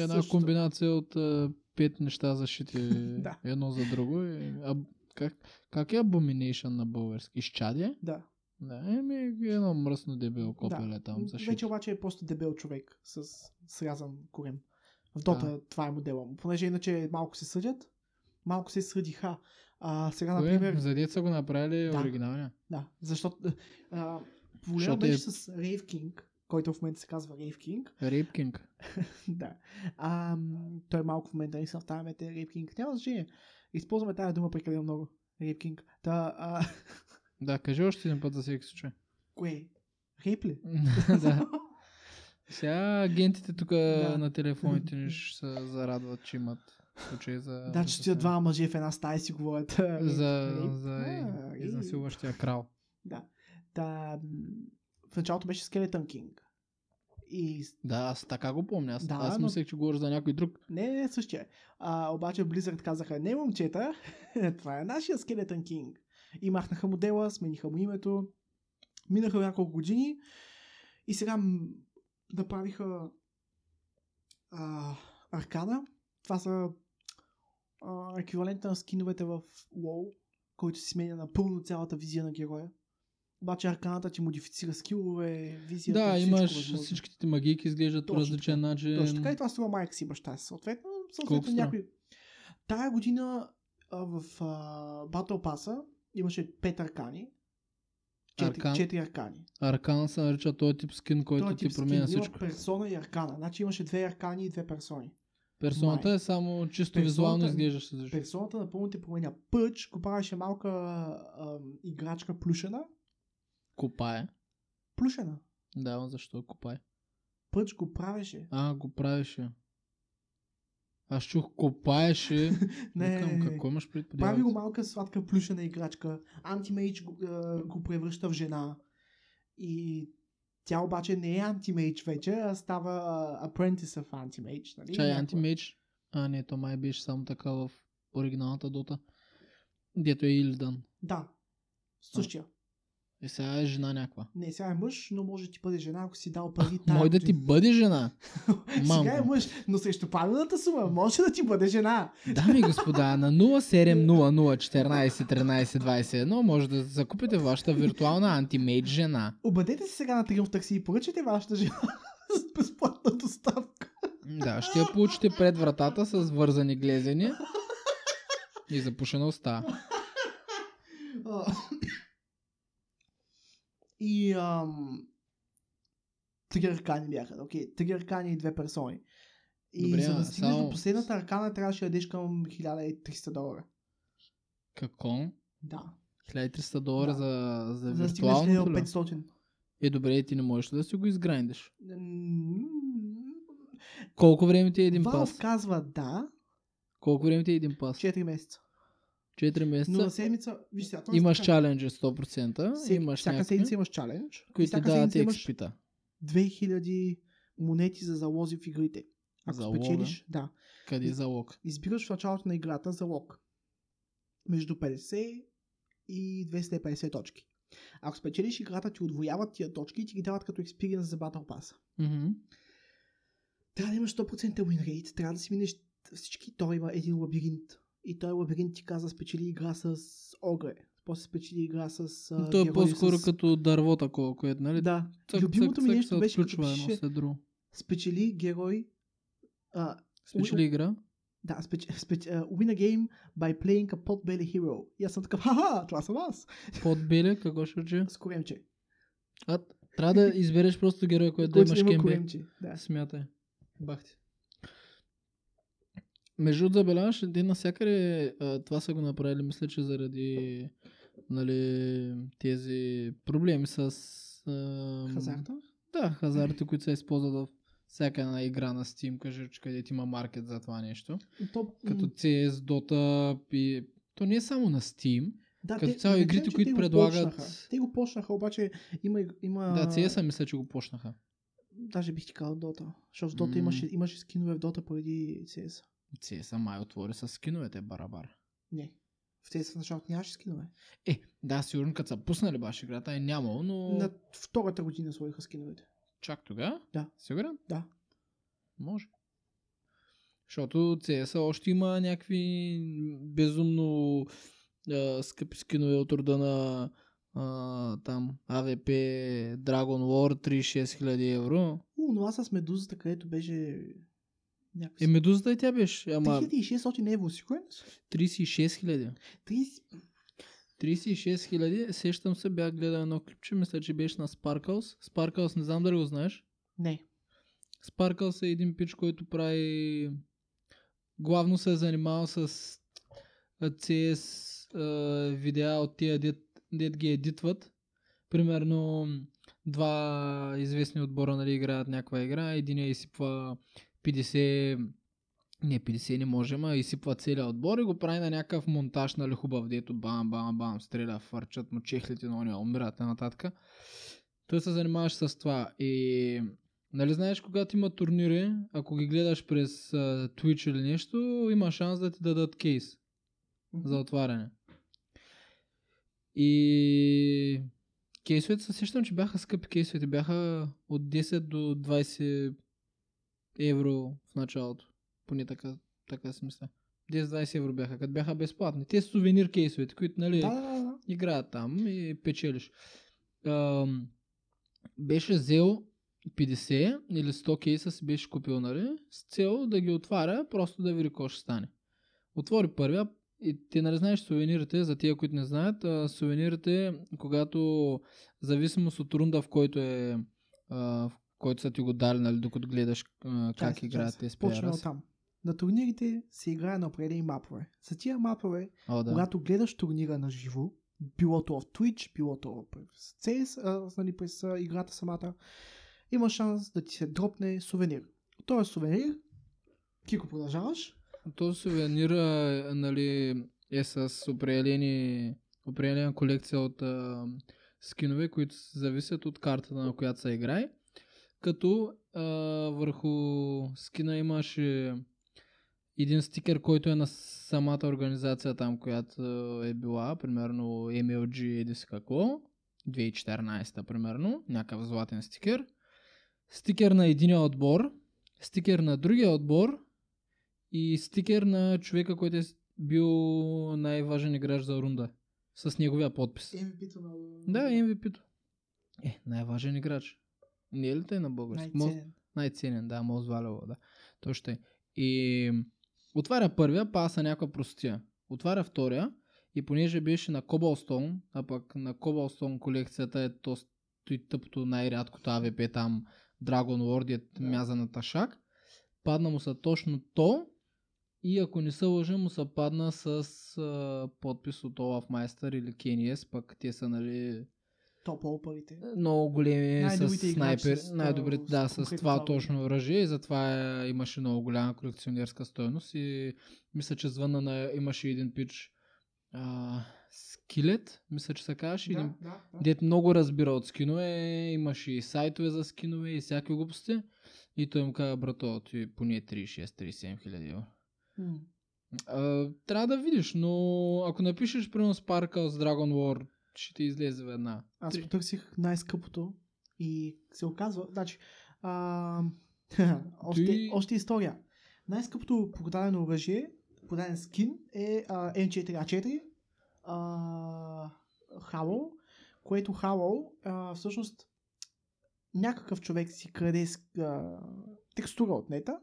Speaker 2: една
Speaker 1: Същото.
Speaker 2: комбинация от а, пет неща защити
Speaker 1: Да.
Speaker 2: едно за друго. И, а, как, как е Abomination на български? Изчадие?
Speaker 1: Да.
Speaker 2: Да, еми едно мръсно дебело копеле там защити.
Speaker 1: Вече обаче е просто дебел човек с срязан корем. В Дота това е модела му. Понеже иначе малко се съдят, малко се съдиха. А сега,
Speaker 2: Кое?
Speaker 1: например,
Speaker 2: За деца го направили
Speaker 1: Да.
Speaker 2: оригиналния.
Speaker 1: да, защото а, проблема
Speaker 2: Защото
Speaker 1: беше
Speaker 2: е-
Speaker 1: с Рейв Кинг, който в момента се казва Рейв Кинг.
Speaker 2: Рейпкинг.
Speaker 1: да. А, м, той малко в момента не съм в тази мета е Рейв Кинг. Няма значение. Използваме тази дума прекалено много. Рейв Кинг. Та, а,
Speaker 2: Да, кажи още един път за всеки случай.
Speaker 1: кое? Рейп ли?
Speaker 2: да. Сега агентите тук
Speaker 1: Да.
Speaker 2: на телефоните ни ще се зарадват, че имат случай за...
Speaker 1: да, че стоят два нали? мъже в една стая и си говорят. е, а,
Speaker 2: За, за,
Speaker 1: рейп, а,
Speaker 2: за
Speaker 1: рейп.
Speaker 2: изнасилващия крал.
Speaker 1: е, Та, м, в началото беше Skeleton King. И с-
Speaker 2: Да, аз така го помня. Аз,
Speaker 1: Да,
Speaker 2: да, аз
Speaker 1: но-
Speaker 2: мислех, че говориш за някой друг.
Speaker 1: не, не, не същия. А, обаче Blizzard казаха, не момчета, това е нашия Skeleton King. И махнаха модела, смениха му името. Минаха няколко години и сега м, направиха а, Аркана. Това са а, еквивалента на скиновете в WoW, който си сменя напълно цялата визия на героя. Обаче арканата ти модифицира скилове, визията,
Speaker 2: да,
Speaker 1: всичко
Speaker 2: имаш
Speaker 1: възможно.
Speaker 2: всичките ти магийки изглеждат по
Speaker 1: Точно
Speaker 2: различен начин.
Speaker 1: Точно така и това струва майка си и баща си. Съответно,
Speaker 2: Колко
Speaker 1: съответно
Speaker 2: струва?
Speaker 1: някой... Тая година а, в а, Battle Pass имаше 5 аркани. 4,
Speaker 2: Аркан?
Speaker 1: Аркан? 4 аркани.
Speaker 2: Аркан се нарича този тип скин, който
Speaker 1: Този
Speaker 2: ти
Speaker 1: е тип скин.
Speaker 2: променя
Speaker 1: Има
Speaker 2: всичко.
Speaker 1: персона и аркана. Значи имаше две аркани и две персони.
Speaker 2: Персоната
Speaker 1: Май.
Speaker 2: е само чисто
Speaker 1: Персоната- е
Speaker 2: визуално изглеждаш различно.
Speaker 1: Персоната напълно те променя. Пъч го правеше малка а, играчка плюшена.
Speaker 2: Копае.
Speaker 1: Плюшена.
Speaker 2: Да, ама защо копае?
Speaker 1: Пъч го правеше.
Speaker 2: А, го правеше. Аз чух копаеше.
Speaker 1: Не,
Speaker 2: Викам, какво имаш пред
Speaker 1: Прави го малка е сладка плюшена играчка. Антимейдж го, а, го превръща в жена. И тя обаче не е антимейдж вече, а става а, apprentice of антимейдж. Нали?
Speaker 2: Чай,
Speaker 1: Някаква-
Speaker 2: антимейдж. А, не, то май беше само така в оригиналната дота. Дето е Илдан.
Speaker 1: Да. Същия.
Speaker 2: Е, сега е жена някаква.
Speaker 1: Не, сега е мъж, но може да ти бъде жена, ако си дал пари тая
Speaker 2: Мой да ти
Speaker 1: година.
Speaker 2: бъде жена.
Speaker 1: Сега е
Speaker 2: Мамко.
Speaker 1: мъж, но срещу правилната сума може да ти бъде жена.
Speaker 2: Дами и господа, на 0700141321 може да закупите вашата виртуална антимейдж жена.
Speaker 1: Обадете се сега на Триумф такси и поръчайте вашата жена с безплатна доставка.
Speaker 2: Да, ще я получите пред вратата с вързани глезени и запушена уста.
Speaker 1: А, И ам, три аркани бяха. Окей, три аркани и две персони. И
Speaker 2: Добре,
Speaker 1: за
Speaker 2: а
Speaker 1: да стигнеш
Speaker 2: само-
Speaker 1: до последната аркана, трябваше да ядеш към 1300 долара.
Speaker 2: Какво?
Speaker 1: Да.
Speaker 2: 1300 долара
Speaker 1: Да.
Speaker 2: за, за
Speaker 1: За да стигнеш
Speaker 2: виртуално
Speaker 1: до
Speaker 2: ли?
Speaker 1: 500.
Speaker 2: Е, добре, ти не можеш ли да си го изграйндиш.
Speaker 1: М,
Speaker 2: Колко време ти е един
Speaker 1: Valve
Speaker 2: пас?
Speaker 1: казва да,
Speaker 2: Колко време ти е един пас?
Speaker 1: 4 месеца.
Speaker 2: 4
Speaker 1: Но на
Speaker 2: месеца.
Speaker 1: седмица, виж сега, то е
Speaker 2: Имаш
Speaker 1: така.
Speaker 2: чаленджи 100%.
Speaker 1: Всек-
Speaker 2: имаш
Speaker 1: всяка
Speaker 2: някакви,
Speaker 1: седмица имаш чалендж, и
Speaker 2: които ти
Speaker 1: всяка седмица
Speaker 2: дават
Speaker 1: имаш
Speaker 2: експита.
Speaker 1: 2000 монети за залози в игрите. Ако
Speaker 2: Залога?
Speaker 1: спечелиш, да.
Speaker 2: Къде е залог?
Speaker 1: Избираш в началото на играта залог. Между 50 и 250 точки. Ако спечелиш играта, ти отвояват тия точки и ти ги дават като експириенс за Battle Pass.
Speaker 2: Мгм.
Speaker 1: Трябва да имаш 100% win rate, трябва да си минеш всички. Той има един лабиринт. И той лабиринт ти каза, спечели игра с огре. После спечели игра с... а,
Speaker 2: Той е
Speaker 1: герои
Speaker 2: по-скоро
Speaker 1: с...
Speaker 2: като дърво такова, което, нали?
Speaker 1: Да.
Speaker 2: Цък,
Speaker 1: Любимото
Speaker 2: цък,
Speaker 1: ми
Speaker 2: цък
Speaker 1: нещо
Speaker 2: се
Speaker 1: беше като
Speaker 2: отключва едно
Speaker 1: пише
Speaker 2: след друго.
Speaker 1: спечели герой а,
Speaker 2: Спечели игра?
Speaker 1: да, спеч, спеч, а, win a game by playing a potbelly hero. И аз съм такъв, ха-ха, това съм аз.
Speaker 2: Под беле, какво ще учи?
Speaker 1: С коремче.
Speaker 2: А, трябва да избереш просто героя, който да
Speaker 1: Който
Speaker 2: имаш
Speaker 1: има
Speaker 2: кембе.
Speaker 1: коремче. Да.
Speaker 2: Смятай. Бахте. Между другото, забеляваш, те навсякъде а, това са го направили, мисля, че заради нали, тези проблеми с... А,
Speaker 1: Хазарта.
Speaker 2: Да, хазарта, които се използват в всяка една игра на Steam, кажи, че където има маркет за това нещо.
Speaker 1: То,
Speaker 2: Като
Speaker 1: м,
Speaker 2: CS, Dota и... То не е само на Steam.
Speaker 1: да,
Speaker 2: като
Speaker 1: те-
Speaker 2: цяло
Speaker 1: да
Speaker 2: игрите,
Speaker 1: кажем, че
Speaker 2: които
Speaker 1: те го
Speaker 2: предлагат-
Speaker 1: почнаха. Те го почнаха, обаче има... има
Speaker 2: Да, CS мисля, че го почнаха.
Speaker 1: Даже бих ти казал Dota. Защото в Dota
Speaker 2: М.
Speaker 1: имаше, имаше скинове в Dota преди CS.
Speaker 2: CS май отвори с скиновете барабар.
Speaker 1: Не. В CS в началото нямаше скинове.
Speaker 2: Е, да, сигурно като са пуснали баш играта е нямало, но...
Speaker 1: На втората година сложиха скиновете.
Speaker 2: Чак тога?
Speaker 1: Да.
Speaker 2: Сигурен?
Speaker 1: Да.
Speaker 2: Може. Защото CS още има някакви безумно а, скъпи скинове от рода на а, там AVP Dragon War 36 000 евро.
Speaker 1: У, но аз с медузата, където беше някакви...
Speaker 2: Е, медузата и тя беше, ама
Speaker 1: 3600 евро, е? сигурен?
Speaker 2: 36 000.
Speaker 1: 30...
Speaker 2: 36 000, сещам се, бях гледал едно клипче, мисля, че беше на Sparkles. Sparkles, не знам дали го знаеш.
Speaker 1: Не.
Speaker 2: Спаркълс е един пич, който прави... Главно се е занимавал с а, CS а, видеа от тия дет, дет ги едитват. Примерно два известни отбора нали, играят някаква игра. Един я изсипва 50... Не, 50 не може, ма изсипва целият отбор и го прави на някакъв монтаж, нали хубав, дето бам, бам, бам, стреля, фърчат му чехлите, но не умират и нататък. Той се занимаваше с това и Нали знаеш, когато има турнири, ако ги гледаш през а, Twitch или нещо, има шанс да ти дадат кейс за отваряне. И кейсовете се сещам, че бяха скъпи кейсовете. Бяха от 10 до 20 евро в началото. Поне така, така си мисля. 10-20 евро бяха, като бяха безплатни. Те са сувенир кейсовете, които нали,
Speaker 1: Да, да, да.
Speaker 2: играят там и печелиш. Ам, беше взел 50 или 100 кейса си беше купил, нали? С цел да ги отваря, просто да види какво ще стане. Отвори първия и ти нали знаеш сувенирите, за тия, които не знаят, а, сувенирите, когато в зависимост от рунда, в който е а, в който са ти го дали, нали, докато гледаш а, как
Speaker 1: Чакай,
Speaker 2: играят
Speaker 1: чакай.
Speaker 2: те с
Speaker 1: Почваме
Speaker 2: PR-а си.
Speaker 1: оттам. На турнирите се играе на определени мапове. За тия мапове,
Speaker 2: О, да.
Speaker 1: когато гледаш турнира на живо, било то в Twitch, било то през CS, а, нали, през а, играта самата, има шанс да ти се дропне е сувенир. Този сувенир Кико, продължаваш?
Speaker 2: То сувенира, нали, е с определени, определена колекция от а, скинове, които зависят от картата, на която се играе. Като а, върху скина имаше един стикер, който е на самата организация там, която е била, примерно MLG еди си е какво, 2014 примерно, някакъв златен стикер. Стикер на единия отбор, стикер на другия отбор и стикер на човека, който е бил най-важен играч за рунда. С неговия подпис.
Speaker 1: MVP-то на...
Speaker 2: Да, MVP-то. Е, най-важен играч. Не е ли тъй на български? Мож-
Speaker 1: Най-ценен.
Speaker 2: най-ценен, да, Моз Валево, да. Точно е. И м, отваря първия, паса някаква простия. Отваря втория и понеже беше на Cobblestone, а пък на Cobblestone колекцията е то стои тъпото най-рядкото АВП там, Dragon Lord е
Speaker 1: Да.
Speaker 2: мяза на ташак. Падна му са точно то и ако не се лъжа, му се падна с а, подпис от Олаф Майстър или Кениес, пък те са нали
Speaker 1: Топ опарите.
Speaker 2: много големи с
Speaker 1: Най-добрите играчи
Speaker 2: снайпер,
Speaker 1: с, а,
Speaker 2: най-добрите, да,
Speaker 1: с
Speaker 2: с
Speaker 1: конкретно
Speaker 2: това
Speaker 1: това
Speaker 2: точно оръжие и затова е, имаше много голяма колекционерска стоеност и мисля, че звънна на, имаше един пич а, скилет, мисля, че се казваше, един
Speaker 1: да,
Speaker 2: дед много разбира от скинове, имаше и сайтове за скинове и всякакви глупости и той им каза, брато, ти поне 36-37 хиляди евро.
Speaker 1: М.
Speaker 2: А, трябва да видиш, но ако напишеш примерно Sparkle с Dragon War, ще ти излезе веднага.
Speaker 1: Аз
Speaker 2: Три.
Speaker 1: потърсих най-скъпото и се оказва, значи, а, още,
Speaker 2: Ти-
Speaker 1: още история. Най-скъпото продадено оръжие, продаден скин е а, N4A4 а, Halo, което Halo а, всъщност някакъв човек си краде с- а, текстура от нета,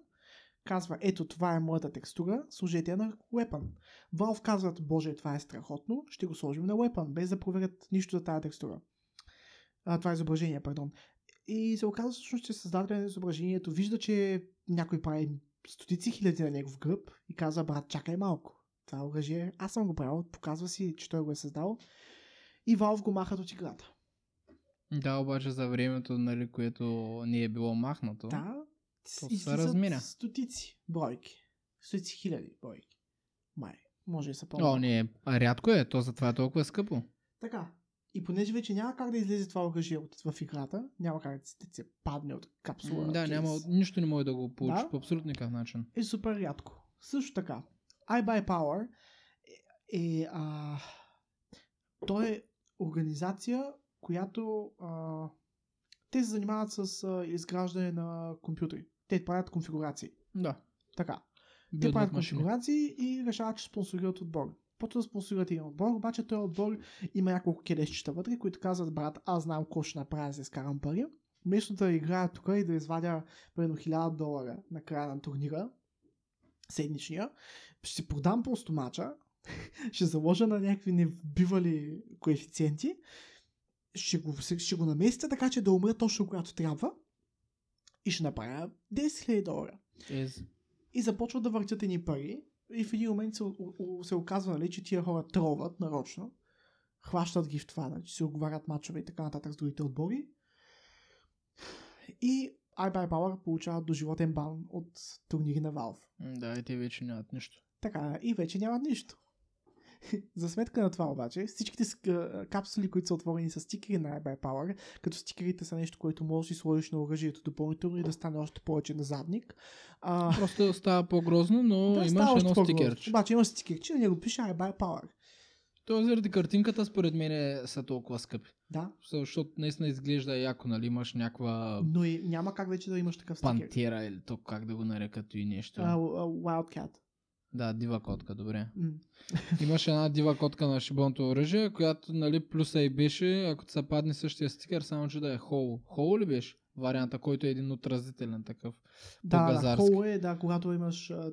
Speaker 1: казва, ето това е моята текстура, сложете я на Weapon. Valve казват, боже, това е страхотно, ще го сложим на Weapon, без да проверят нищо за тази текстура. А, това е изображение, пардон. И се оказва всъщност, че създателят на изображението вижда, че някой прави стотици хиляди на негов гръб и казва, брат, чакай малко. Това оръжие, аз съм го правил, показва си, че той го е създал. И Valve го махат от играта.
Speaker 2: Да, обаче за времето, нали, което не е било махнато.
Speaker 1: Да,
Speaker 2: То
Speaker 1: и
Speaker 2: се размина.
Speaker 1: стотици бройки. Стотици хиляди бройки. Май. Може и са по
Speaker 2: О, не, а рядко е, то затова е толкова скъпо.
Speaker 1: Така. И понеже вече няма как да излезе това оръжие от, в играта, няма как да се, да се падне от капсула.
Speaker 2: да,
Speaker 1: кейс.
Speaker 2: няма, нищо не може да го получиш
Speaker 1: Да.
Speaker 2: по абсолютно никакъв начин.
Speaker 1: Е супер рядко. Също така, I Buy Power е, е а, той е организация, която а, те се занимават с а, изграждане на компютри. Те правят конфигурации.
Speaker 2: Да. е
Speaker 1: Така. Те
Speaker 2: Билдват
Speaker 1: правят
Speaker 2: машини.
Speaker 1: конфигурации и решават, че спонсорират отбор. Почва да спонсорират един отбор, обаче този отбор има няколко келешчета вътре, които казват, брат, аз знам какво ще направя, за да изкарам пари. Вместо да играя тук и да извадя примерно 1000 долара на края на турнира, седмичния, ще си продам просто мача, ще заложа на някакви невбивали коефициенти, ще го, ще го наместя така, че да умра точно когато трябва и ще направя 10 000 долара.
Speaker 2: Е, с-
Speaker 1: И започват да въртят едни пари. И в един момент се, о- о- се оказва, нали, че тия хора тролват нарочно. Хващат ги в това, нали, че се оговарят мачове и така нататък с другите отбори. И iBuy Power получават доживотен бан от турнири на Valve.
Speaker 2: м, да, и те вече нямат нищо.
Speaker 1: Така, и вече нямат нищо. За сметка на това обаче, всичките с- а, капсули, които са отворени с стикери на iBuy Power, като стикерите са нещо, което можеш да си сложиш на оръжието допълнително и да стане още повече на задник. А,
Speaker 2: Просто става по-грозно, но
Speaker 1: да, става
Speaker 2: имаш
Speaker 1: още
Speaker 2: едно
Speaker 1: по-грозно.
Speaker 2: стикерче.
Speaker 1: Обаче имаш стикерче, на него пише I buy power.
Speaker 2: То заради картинката, според мен, е- са толкова скъпи.
Speaker 1: Да,
Speaker 2: Защото наистина изглежда яко, нали? Имаш някаква
Speaker 1: но и няма как вече да имаш такъв стикер.
Speaker 2: пантера или то, как да го нарекат и нещо.
Speaker 1: А, а, Wildcat.
Speaker 2: Да, дива котка, добре.
Speaker 1: М.
Speaker 2: Имаше една дива котка на шибонто оръжие, която нали, плюса и беше, ако ти се падне същия стикер, само че да е холо. Холо ли беше? Варианта, който е един отразителен такъв.
Speaker 1: Да, да,
Speaker 2: По-газарски.
Speaker 1: хубаво е, да, когато имаш... а,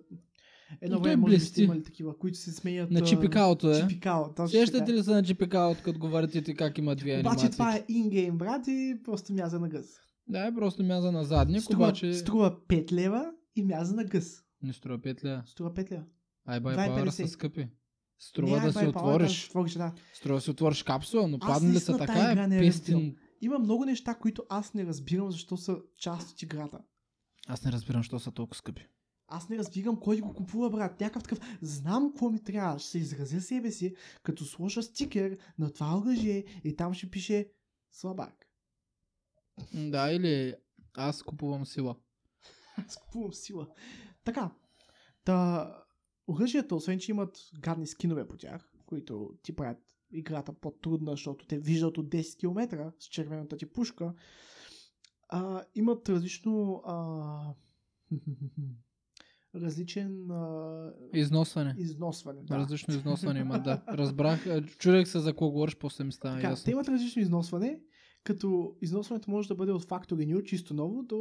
Speaker 1: Едно
Speaker 2: Но той е
Speaker 1: време може би
Speaker 2: блести.
Speaker 1: сте имали такива, които се сменят...
Speaker 2: На
Speaker 1: а,
Speaker 2: чипикалото е.
Speaker 1: Чипикал, точно
Speaker 2: Сещате
Speaker 1: така.
Speaker 2: ли се на чипикал, като го въртите как има две анимации?
Speaker 1: Обаче това е ингейм, брат, и просто мяза на гъс.
Speaker 2: Да, е просто мяза на задник,
Speaker 1: Струва,
Speaker 2: обаче...
Speaker 1: струва 5 лева и мяза на гъс.
Speaker 2: Не струва петля.
Speaker 1: Струва 5 лева.
Speaker 2: Ай, бай,
Speaker 1: 2,50.
Speaker 2: пауър са скъпи. Струва
Speaker 1: Не,
Speaker 2: да
Speaker 1: iBuy
Speaker 2: се
Speaker 1: Power, Да,
Speaker 2: отвориш.
Speaker 1: се отвориш, да.
Speaker 2: Струва да се отвориш капсула, но
Speaker 1: Аз
Speaker 2: падне ли са
Speaker 1: наистина
Speaker 2: така
Speaker 1: тая игра не
Speaker 2: е
Speaker 1: я
Speaker 2: пестин.
Speaker 1: разбирам. Има много неща, които аз не разбирам, защо са част от играта.
Speaker 2: Аз не разбирам, що са толкова скъпи.
Speaker 1: Аз не разбирам кой го купува, брат. Някакъв такъв. Знам какво ми трябва. Ще се изразя себе си, като сложа стикер на това оръжие и там ще пише слабак.
Speaker 2: М, Да, или аз купувам сила.
Speaker 1: Аз купувам сила. Така. Та, оръжията, освен че имат гадни скинове по тях, които ти правят играта по-трудна, защото те виждат от 10 км с червената ти пушка, а, имат различно а, различен а,
Speaker 2: Износване.
Speaker 1: износване. Да.
Speaker 2: Различно износване има, да. Разбрах. а, Чудех се за кого говориш, после ми стана
Speaker 1: Така, те
Speaker 2: ясно.
Speaker 1: имат различно износване, като износването може да бъде от Factory New, чисто ново, до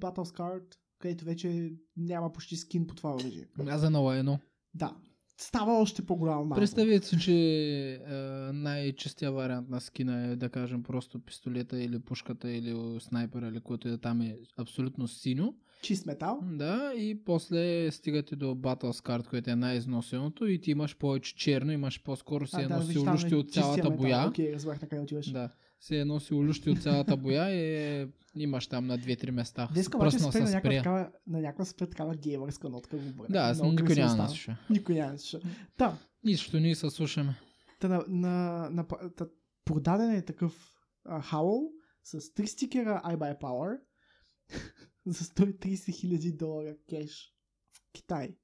Speaker 1: Battle Scarred, където вече няма почти скин по това оръжие.
Speaker 2: Аз за нова едно.
Speaker 1: Да. Става още по-голямо малко.
Speaker 2: Представете си, че е, най-чистия вариант на скина е, да кажем, просто пистолета или пушката или снайпера или което е там е абсолютно синьо.
Speaker 1: Чист метал.
Speaker 2: Да, и после стигате до Battle Scar, което е най-износеното и ти имаш повече черно, имаш по-скоро си едно
Speaker 1: виж,
Speaker 2: си
Speaker 1: там е
Speaker 2: улющи от
Speaker 1: чистия
Speaker 2: цялата
Speaker 1: метал.
Speaker 2: боя.
Speaker 1: Окей, разбрах на къде отиваш. Да.
Speaker 2: Да, си едно си улющи от цялата боя и е, имаш там на 2-3 места.
Speaker 1: Днеска обаче
Speaker 2: Пръснал
Speaker 1: спре
Speaker 2: се
Speaker 1: на някаква,
Speaker 2: спря.
Speaker 1: такава, на някаква спре такава геймърска нотка го бъде.
Speaker 2: Да, аз никой няма да слуша.
Speaker 1: Никой няма да слуша. Та,
Speaker 2: Нищо ние се слушаме.
Speaker 1: Та, на, на, на, та, продаден е такъв а, Howl с 3 стикера I buy power за 130 000 долара кеш в Китай.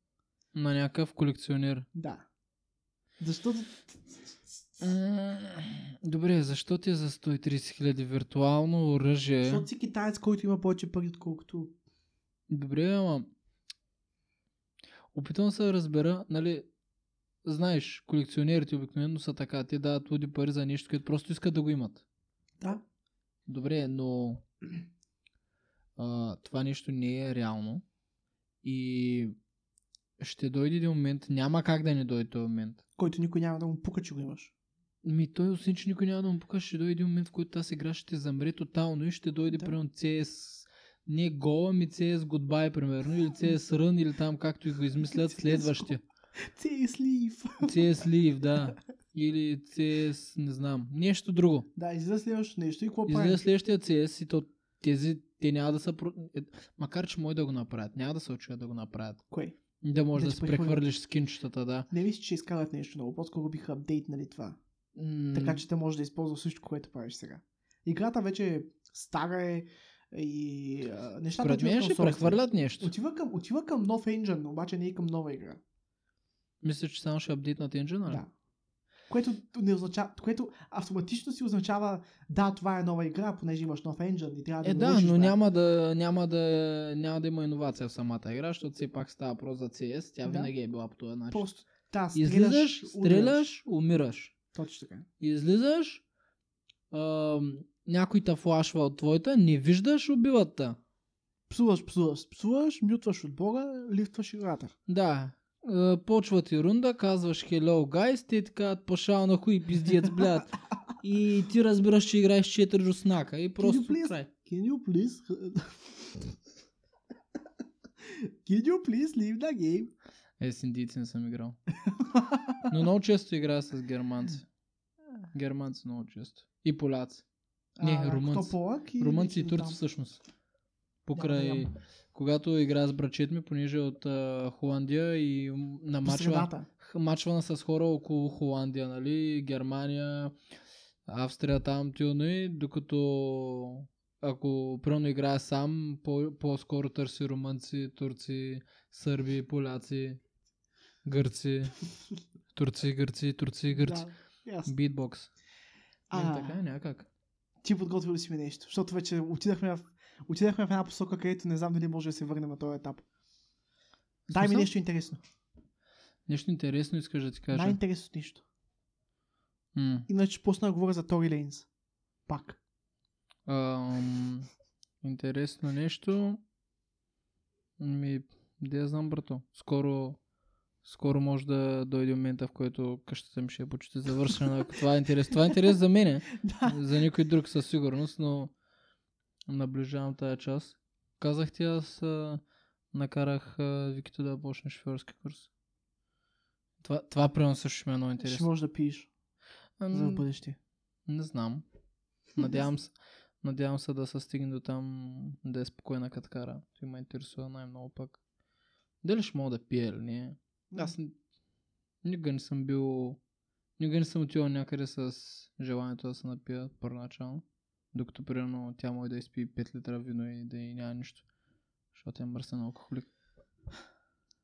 Speaker 2: На някакъв колекционер.
Speaker 1: Да. Защото...
Speaker 2: М, Добре, защо ти е за 130 хиляди виртуално оръжие?
Speaker 1: Защото си китаец, който има повече пари, отколкото...
Speaker 2: Добре, ама... Опитвам се да разбера, нали... Знаеш, колекционерите обикновено са така. Те дават луди пари за нещо, което просто искат да го имат.
Speaker 1: Да.
Speaker 2: Добре, но... А, това нещо не е реално. И... Ще дойде един момент, няма как да не дойде този момент.
Speaker 1: Който никой няма да му пука, че го имаш.
Speaker 2: Ми той освен, че никой няма да му покаже, ще дойде един момент, в който тази игра ще замре тотално и ще дойде,
Speaker 1: Да.
Speaker 2: примерно, CS не гола, ми CS Goodbye, примерно, или CS Run, или там както и го измислят
Speaker 1: CS
Speaker 2: следващия.
Speaker 1: Ти е слив.
Speaker 2: CS Leave, да. Или CS, не знам, нещо друго.
Speaker 1: Да, излиза следващото нещо и какво прави?
Speaker 2: Излезе следващия CS и то тези, те няма да са... про- е, Макар, че може да го направят, няма да се очуя да го направят.
Speaker 1: Кое?
Speaker 2: Да може
Speaker 1: Да
Speaker 2: да,
Speaker 1: ти
Speaker 2: се
Speaker 1: прехвърлят.
Speaker 2: прехвърлиш скинчетата, да.
Speaker 1: Не мисля, че изкарат нещо ново. По-скоро биха апдейтнали това.
Speaker 2: М,
Speaker 1: Така че те може да използва всичко, което правиш сега. Играта вече е стара е и а, нещата
Speaker 2: Според
Speaker 1: отиват
Speaker 2: мен
Speaker 1: към
Speaker 2: ще
Speaker 1: собствен-
Speaker 2: прехвърлят нещо.
Speaker 1: Отива към, отива към нов engine, но обаче не и към нова игра.
Speaker 2: Мисля, че само ще апдейтнат нали? енджина.
Speaker 1: Да. Което, не означава, което автоматично си означава, да, това е нова игра, понеже имаш нов engine и трябва да
Speaker 2: Е,
Speaker 1: го
Speaker 2: да,
Speaker 1: научиш,
Speaker 2: но
Speaker 1: брат.
Speaker 2: няма да, няма, да, няма да има иновация в самата игра, защото все пак става въпрос за CS. Тя
Speaker 1: Да.
Speaker 2: винаги е била по този начин.
Speaker 1: Просто, да, стреляш,
Speaker 2: Излизаш,
Speaker 1: удряш.
Speaker 2: стреляш, умираш.
Speaker 1: Точно така.
Speaker 2: Излизаш, ам, някой те флашва от твоята, не виждаш, убиват те.
Speaker 1: Псуваш, псуваш, псуваш, мютваш отбора, лифтваш играта.
Speaker 2: Да. А, почва ти рунда, казваш hello guys, те ти казват пашал на хуй пиздец, блядь. И ти разбираш, че играеш 4 руснака и просто
Speaker 1: please?
Speaker 2: край.
Speaker 1: Can you please... Can you please leave the game?
Speaker 2: Е, с индийци не съм играл. Но много често играя с германци. Германци много често. И поляци. Не,
Speaker 1: А,
Speaker 2: румънци.
Speaker 1: кто по-лък
Speaker 2: Румънци и
Speaker 1: лично
Speaker 2: турци
Speaker 1: там.
Speaker 2: всъщност. Покрай...
Speaker 1: Да, да.
Speaker 2: когато игра с брачет ми, понеже е от а, Холандия и м- на
Speaker 1: По
Speaker 2: мачва,
Speaker 1: средата.
Speaker 2: х- мачвана с хора около Холандия, нали? Германия, Австрия, там, тюно и докато ако пръвно играя сам, по- по-скоро търси румънци, турци, сърби, поляци, гърци, турци, гърци, турци, гърци.
Speaker 1: Да, ясно.
Speaker 2: Битбокс. А...
Speaker 1: А,
Speaker 2: Така, е някак.
Speaker 1: ти подготвил ли си ми нещо? Защото вече отидахме в, отидахме в една посока, където не знам дали може да се върнем на този етап. Дай ми
Speaker 2: Смисъл?
Speaker 1: нещо интересно.
Speaker 2: Нещо интересно искаш да ти кажа.
Speaker 1: Най-интересно нещо.
Speaker 2: М.
Speaker 1: Иначе пусна да говоря за Тори Лейнс. Пак.
Speaker 2: Ам, интересно нещо. Ми, да я знам, брато. Скоро, скоро може да дойде момента, в който къщата ми ще е почти завършена. Ако това е интерес. Това е интерес за мене.
Speaker 1: да.
Speaker 2: За никой друг със сигурност, но наближавам тази част. Казах ти, аз а, накарах а, Викито да почне шофьорски курс. Това, това примерно също ще ми е много
Speaker 1: Ще
Speaker 2: интересно.
Speaker 1: можеш да пиеш
Speaker 2: Ам,
Speaker 1: за в бъдеще.
Speaker 2: не знам. Надявам се, надявам се да се стигне до там да е спокойна каткара. Той ме интересува най-много пък Дали ще мога да пия или не? Аз н- никога не съм бил... Никога не съм отивал някъде с желанието да се напия първоначално. Докато примерно тя може да изпи 5 литра вино и да и няма нищо. Защото е мръсен алкохолик.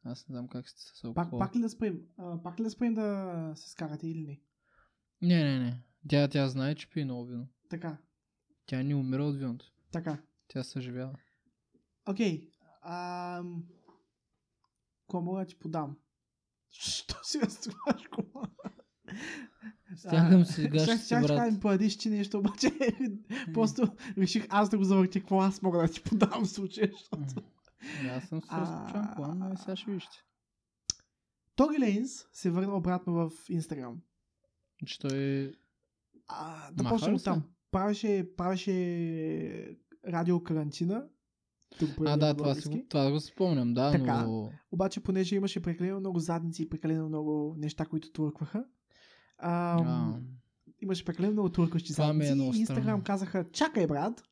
Speaker 2: Аз не знам как сте с
Speaker 1: Пак,
Speaker 2: алкохол.
Speaker 1: пак ли да спрем? А, пак ли да спрем да се скарате или не?
Speaker 2: Не, не, не. Тя, тя знае, че пие много вино.
Speaker 1: Така,
Speaker 2: Тя не умира от виното.
Speaker 1: така.
Speaker 2: Тя съживява.
Speaker 1: Окей. Ам... Кола мога да ти подам? Що си разтоваш кола?
Speaker 3: Стягам си
Speaker 1: Щях
Speaker 3: гащите,
Speaker 1: щях да
Speaker 3: брат.
Speaker 1: кажа, ми поядиш ти нещо, обаче просто реших аз да го завъртя какво аз мога да ти подам в случая. защото-
Speaker 2: М. Да, Аз съм се
Speaker 1: А.
Speaker 2: разпочвам колан, но и сега ще вижте.
Speaker 1: Тори Лейнс се върна обратно в Инстаграм.
Speaker 2: Че той... е
Speaker 1: А, да
Speaker 2: Маха
Speaker 1: почнем
Speaker 2: ли
Speaker 1: от
Speaker 2: се?
Speaker 1: там. Правеше, правеше радио карантина. Тук
Speaker 2: А,
Speaker 1: появим
Speaker 2: да, това, си,
Speaker 1: български.
Speaker 2: го- това го спомням, да,
Speaker 1: Така.
Speaker 2: но...
Speaker 1: Обаче, понеже имаше прекалено много задници и прекалено много неща, които твъркваха, ам,
Speaker 2: А,
Speaker 1: имаше прекалено много туркващи
Speaker 2: Това ми е
Speaker 1: задници.
Speaker 2: много
Speaker 1: и Инстаграм
Speaker 2: странно.
Speaker 1: казаха, чакай брат,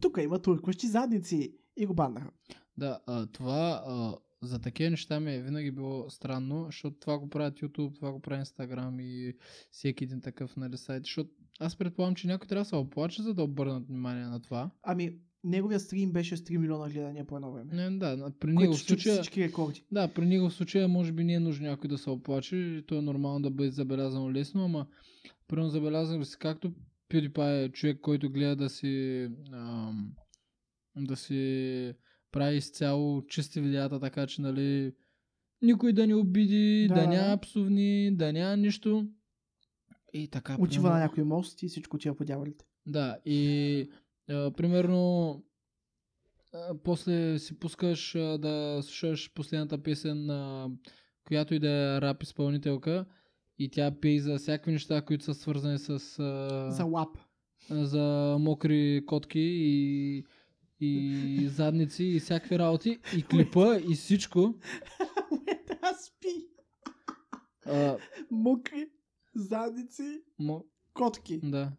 Speaker 1: тук има туркващи задници. И го баннаха.
Speaker 2: да, а, това а, за такива неща ми е винаги било странно, защото това го правят YouTube, това го прави Instagram и всеки един такъв нали, сайт, защото аз предполагам, че някой трябва да се оплаче, за да обърнат внимание на това.
Speaker 1: Ами, неговия стрим беше с 3 милиона гледания по едно време.
Speaker 2: Не, да, на- при
Speaker 1: Което
Speaker 2: него в
Speaker 1: счупи
Speaker 2: случая...
Speaker 1: всички рекорди.
Speaker 2: Да, при него в случая може би не е нужно някой да се оплаче, и то е нормално да бъде забелязано лесно, ама примерно забелязано си както PewDiePie е човек, който гледа да си ам, да си прави изцяло чисти видеята, така че нали никой да не обиди, да,
Speaker 1: Да, да, да.
Speaker 2: няма псовни, да няма нищо. И така.
Speaker 1: Отива
Speaker 2: примерно-
Speaker 1: на някой мост и всичко отива по дяволите.
Speaker 2: да, и а, примерно а, после си пускаш а, да слушаш последната песен на която и да е рап изпълнителка и тя пее за всякакви неща, които са свързани с... А,
Speaker 1: За лап.
Speaker 2: за мокри котки и, и задници и всякакви работи и клипа и всичко.
Speaker 1: Да спи.
Speaker 2: А,
Speaker 1: Мокри задници,
Speaker 2: мо,
Speaker 1: котки.
Speaker 2: Да.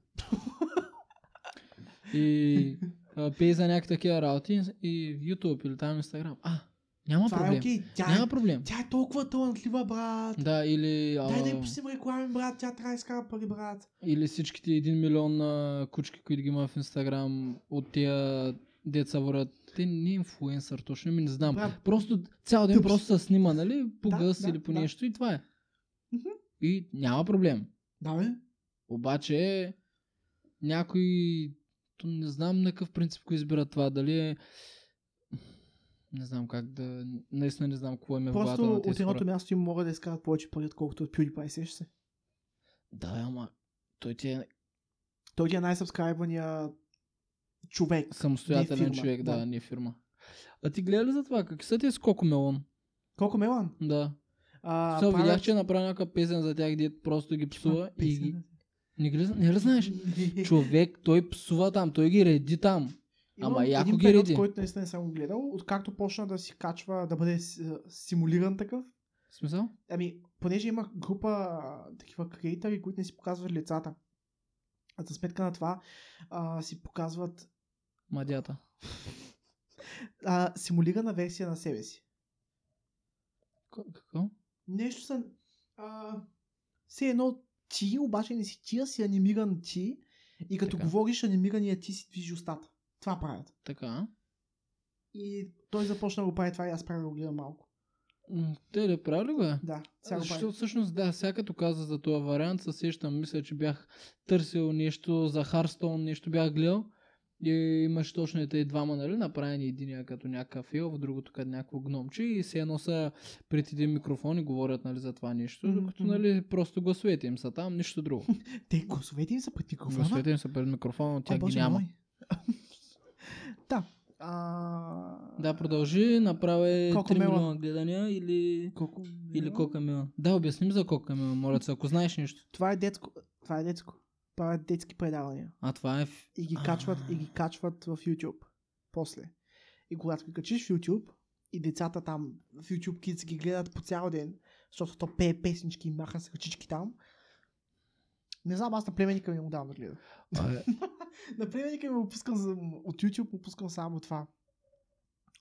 Speaker 2: И а, пей за някакви такива работи и в YouTube или там Instagram. А, няма
Speaker 1: Това е
Speaker 2: проблем.
Speaker 1: окей. Тя, е,
Speaker 2: Няма проблем.
Speaker 1: тя е толкова талантлива, брат.
Speaker 2: Да, или, а,
Speaker 1: Дай да й пустим реклами, брат. Тя трябва да изкара пари, брат.
Speaker 2: или всичките 1 милион а, кучки, които ги има в Instagram от тия деца ворят. Те не е инфлуенсър, точно ми не знам.
Speaker 1: брат
Speaker 2: Просто цял ден
Speaker 1: Тъпс.
Speaker 2: просто се снима, нали? По
Speaker 1: е- Да,
Speaker 2: гъс
Speaker 1: да,
Speaker 2: или по
Speaker 1: да.
Speaker 2: нещо и това е.
Speaker 1: Мгм.
Speaker 2: И няма проблем.
Speaker 1: да, бе.
Speaker 2: Ами, Обаче някой, то не знам на какъв принцип го избира това, дали е... Не знам как да... Наистина не знам какво им е в главата
Speaker 1: Просто
Speaker 2: на
Speaker 1: от
Speaker 2: тези
Speaker 1: едното
Speaker 2: хора.
Speaker 1: място им могат да изкарат повече пари, отколкото от PewDiePie, сеш се.
Speaker 2: Да, ама той ти е
Speaker 1: Той ти е най-събскрайбвания човек.
Speaker 2: самостоятелен
Speaker 1: Не е фирма,
Speaker 2: човек, да,
Speaker 1: да.
Speaker 2: не е фирма. А ти гледа ли за това? Какви са ти с Кокомелон?
Speaker 1: Колко мелан?
Speaker 2: Да.
Speaker 1: А,
Speaker 2: А, Со,
Speaker 1: правят-
Speaker 2: видях, че е направил някаква песен за тях, дето просто ги псува
Speaker 1: Каква
Speaker 2: и
Speaker 1: песен,
Speaker 2: ги...
Speaker 1: бе?
Speaker 2: Не, ги ли, не ли знаеш?
Speaker 1: Имам-
Speaker 2: Човек, той псува там, той ги реди там. ама
Speaker 1: имам
Speaker 2: яко
Speaker 1: един
Speaker 2: ги
Speaker 1: период,
Speaker 2: реди.
Speaker 1: който наистина не съм го гледал, откакто почна да си качва, да бъде с- симулиран такъв,
Speaker 2: В смисъл?
Speaker 1: Ами, понеже имах група а, такива креатори, които не си показват лицата. А за сметка на това а, си показват
Speaker 2: Мадята.
Speaker 1: а, симулирана версия на себе си.
Speaker 2: Ко- Какво?
Speaker 1: Нещо са... А, все едно ти, обаче не си ти, а си анимиран ти. И като
Speaker 2: Така.
Speaker 1: говориш анимирания ти си движи устата. Това правят.
Speaker 2: Така, а?
Speaker 1: И той започна да го прави това и аз правя да го гледам малко.
Speaker 2: М, Те да прави ли го е?
Speaker 1: Да, сега го
Speaker 2: Защото
Speaker 1: прави.
Speaker 2: всъщност да, сега като каза за този вариант, се сещам, мисля, че бях търсил нещо за Харстоун, нещо бях гледал. И имаш точно и те двама, нали, направени единия като някакъв елф, другото като някакво гномче и все едно са пред един микрофон и говорят, нали, за това нещо,
Speaker 1: Мгм,
Speaker 2: докато,
Speaker 1: мгм.
Speaker 2: нали, просто гласовете им са там, нищо друго.
Speaker 1: Те гласовете им са пред микрофона.
Speaker 2: Гласовете им са пред микрофона,
Speaker 1: О,
Speaker 2: тя ги
Speaker 1: боже
Speaker 2: няма.
Speaker 1: мой. да. А...
Speaker 2: Да, продължи, направи
Speaker 1: Коко
Speaker 2: 3
Speaker 1: Мела.
Speaker 2: милиона гледания или...
Speaker 1: Колко?
Speaker 2: Или
Speaker 1: милиона?
Speaker 2: Кокамила. Да, обясним за Кокамила, моля се, ако знаеш нещо.
Speaker 1: Това е детско. Това е детско. Правят детски предавания.
Speaker 2: А това е... в-
Speaker 1: И ги
Speaker 2: А.
Speaker 1: качват, и ги качват в YouTube. После. И когато ги качиш в YouTube, и децата там в YouTube Kids ги гледат по цял ден, защото то пее песнички и маха се качички там. Не знам, аз на племенника ми му давам да гледа. е На племенника ми му пускам за- от YouTube, му пускам само това.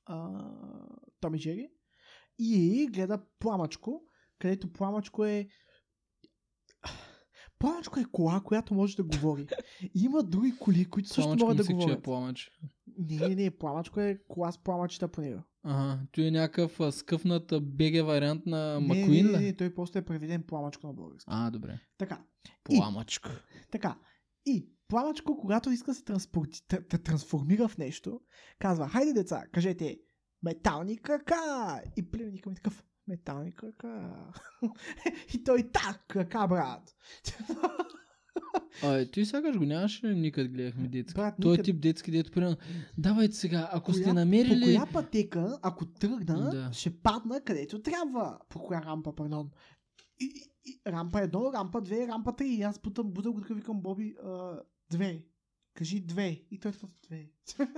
Speaker 1: А, Томи Джери. и гледа пламъчко, където пламъчко е Пламъчко е кола, която може да говори. И има други коли, които също
Speaker 2: Пламъчко
Speaker 1: могат да
Speaker 2: мислих, че е
Speaker 1: говорят.
Speaker 2: пламъч.
Speaker 1: Не, не, не, пламъчко е кола с пламъчета по него.
Speaker 2: Ага, той е някакъв а, скъфнат а, беге вариант на
Speaker 1: не,
Speaker 2: Макуин,
Speaker 1: не, не,
Speaker 2: ли?
Speaker 1: не, той просто е преведен пламъчко на български.
Speaker 2: А, добре.
Speaker 1: Така, И-
Speaker 2: Пламъчко.
Speaker 1: Така. И пламъчко, когато иска да се транспорти, тр- тр- трансформира в нещо, казва, хайде деца, кажете, метални крака! И племенника ми е такъв, метални крака. и той так, крака, брат.
Speaker 2: А, е, ти сякаш го нямаше, никъде гледахме детски.
Speaker 1: брат
Speaker 2: Той е
Speaker 1: никъде-
Speaker 2: тип детски, дето примерно. Давайте сега, ако сте
Speaker 1: Коя-
Speaker 2: намерили...
Speaker 1: По коя пътека, ако тръгна,
Speaker 2: Да.
Speaker 1: ще падна където трябва. По коя рампа, пардон. И, и, и, рампа едно, рампа две, рампа три. И аз путам бутълката, викам Боби, а, две. Кажи две. И той това две.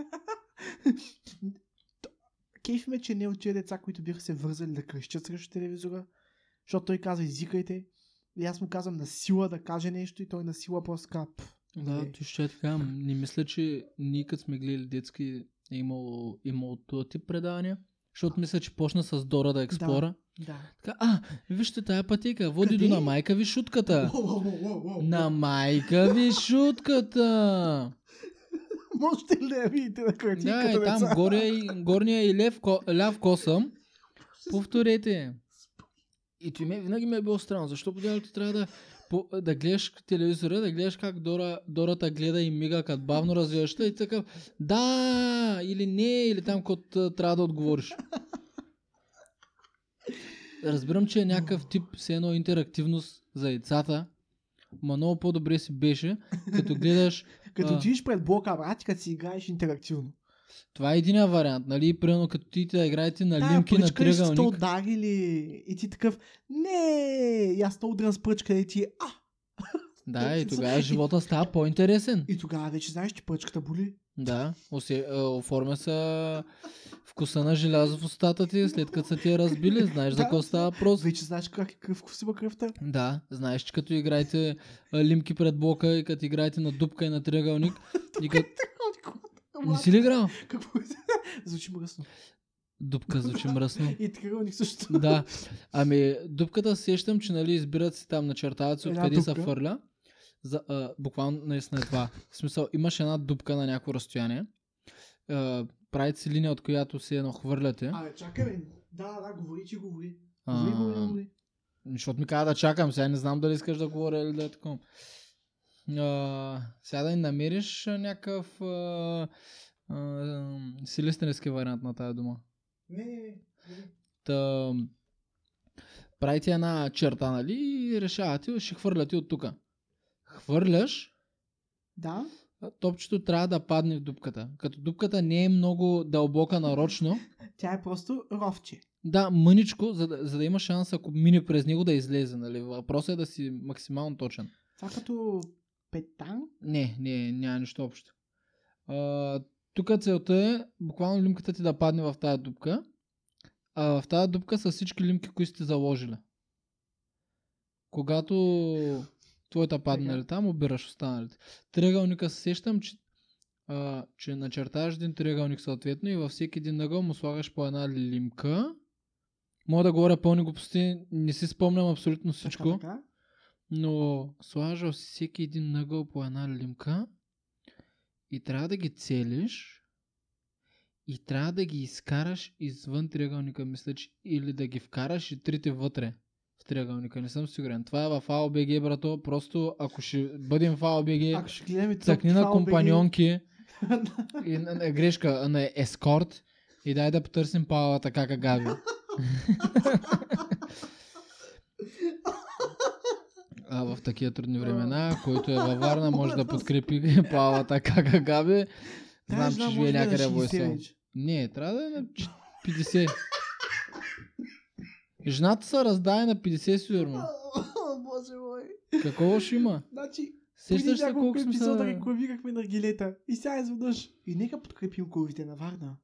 Speaker 1: То- Кеф ме, че не от тия деца, които биха се вързали да крещят срещу телевизора, защото той каза, изикайте. И аз му казвам на сила да каже нещо и той на сила просто каза, «Пф,
Speaker 2: Да,
Speaker 1: Нали?
Speaker 2: ти ще е така. Не мисля, че ние като сме гледали детски е имало, имало този тип предавания. Защото мисля, че почна с Дора да експлора.
Speaker 1: да.
Speaker 2: Така, а, вижте тая пътека, води
Speaker 1: Къде?
Speaker 2: до на майка ви шутката.
Speaker 1: О, о, о, о, о.
Speaker 2: На майка ви шутката!
Speaker 1: Можете ли да я видите на картинката,
Speaker 2: Да, и там
Speaker 1: деца?
Speaker 2: горе, и- горния и лев, ко, ляв косъм. Повторете. И той ме, винаги ми е било странно, защо поделото трябва да, по, да гледаш телевизора, да гледаш как Дора, Дората гледа и мига като бавно развиваща и така да или не, или там кот а, трябва да отговориш. Разбирам, че е някакъв тип, все едно интерактивност за децата, ма много по-добре си беше, като гледаш
Speaker 1: Като
Speaker 2: А.
Speaker 1: отидеш пред блока, брат, като си играеш интерактивно.
Speaker 2: Това е един вариант, нали? Примерно като ти да играете на
Speaker 1: Да,
Speaker 2: лимки на
Speaker 1: пръчкаш 100
Speaker 2: триъгълник.
Speaker 1: удари или... И ти такъв, не, и аз 100 удрям с пръчка и ти, а!
Speaker 2: Да, и тогава живота става по-интересен.
Speaker 1: И тогава вече знаеш, че пръчката боли.
Speaker 2: Да, осе, а, оформя се е, вкуса на желязо в устата ти, след като са ти я разбили, знаеш за
Speaker 1: Да.
Speaker 2: какво става просто.
Speaker 1: Вече знаеш как е кръв вкус има кръвта.
Speaker 2: Да, знаеш, че като играете а, лимки пред блока и като играете на дупка и на триъгълник, и като...
Speaker 1: Ходи, колата,
Speaker 2: Не
Speaker 1: брат,
Speaker 2: си ли играл?
Speaker 1: Какво е? Звучи мръсно.
Speaker 2: Дупка звучи мръсно.
Speaker 1: И тръгълник също.
Speaker 2: Да. Ами, дупката сещам, че нали избират си там, начертават си
Speaker 1: Една
Speaker 2: откъде се
Speaker 1: дупка.
Speaker 2: фърля. За, а, буквално наистина е това. В смисъл, имаш една дупка на някакво разстояние. А, правите си линия, от която си едно хвърляте.
Speaker 1: Абе, чакай, бе. Да, да, говори, че говори. Говори, говори,
Speaker 2: А,
Speaker 1: говори.
Speaker 2: защото ми каза да чакам, сега не знам дали искаш да говоря или да е такова. А, сега да ни намериш а, някакъв а, а, силистренски вариант на тази дума.
Speaker 1: Не, не, не. говори.
Speaker 2: Та, правите една черта, нали? И решавате, ще хвърляте от тук. Хвърляш,
Speaker 1: Да,
Speaker 2: а топчето трябва да падне в дупката. Като дупката не е много дълбока нарочно,
Speaker 1: тя е просто ровче.
Speaker 2: да, мъничко, за да, за да има шанс, ако мине през него, да излезе, нали? Въпросът е да си максимално точен.
Speaker 1: Това като петан.
Speaker 2: Не, не, няма нищо общо. А, тук целта е буквално лимката ти да падне в тази дупка. А в тази дупка са всички лимки, които сте заложили. Когато твоята падне
Speaker 1: Така.
Speaker 2: нали, там, обираш останалите. Триъгълника се сещам, че, а, че начертаваш един триъгълник съответно и във всеки един ъгъл му слагаш по една лимка. Мога да говоря пълни глупости, не си спомням абсолютно всичко.
Speaker 1: Така, така. но
Speaker 2: Но сложил си всеки един нъгъл по една лимка и трябва да ги целиш и трябва да ги изкараш извън триъгълника, мисля, че или да ги вкараш и трите вътре в триъгълника, не съм сигурен. Това е в AOBG, брато, просто ако ще бъдем в AOBG,
Speaker 1: Ако ще гледаме...
Speaker 2: Е, цъкни на
Speaker 1: това, обеги-
Speaker 2: компаньонки и на, на грешка, а на ескорт и дай да потърсим Павла така как Габи. А в такива трудни времена, който е във Варна, може да подкрепи Павла така как Габи.
Speaker 1: Знаеш,
Speaker 2: Знам, че живее
Speaker 1: е може би на
Speaker 2: някъде в
Speaker 1: 60
Speaker 2: Лесо.
Speaker 1: вече.
Speaker 2: Не, трябва да е на ч- 50. Жената се раздае на 50 сигурно.
Speaker 1: О, Боже мой.
Speaker 2: Какво ще има?
Speaker 1: Значи, преди
Speaker 2: Сещаш се
Speaker 1: няколко
Speaker 2: колко сме
Speaker 1: епизода
Speaker 2: се...
Speaker 1: рекламирахме на гилета и сега изведнъж. И нека подкрепим курвите на Варна.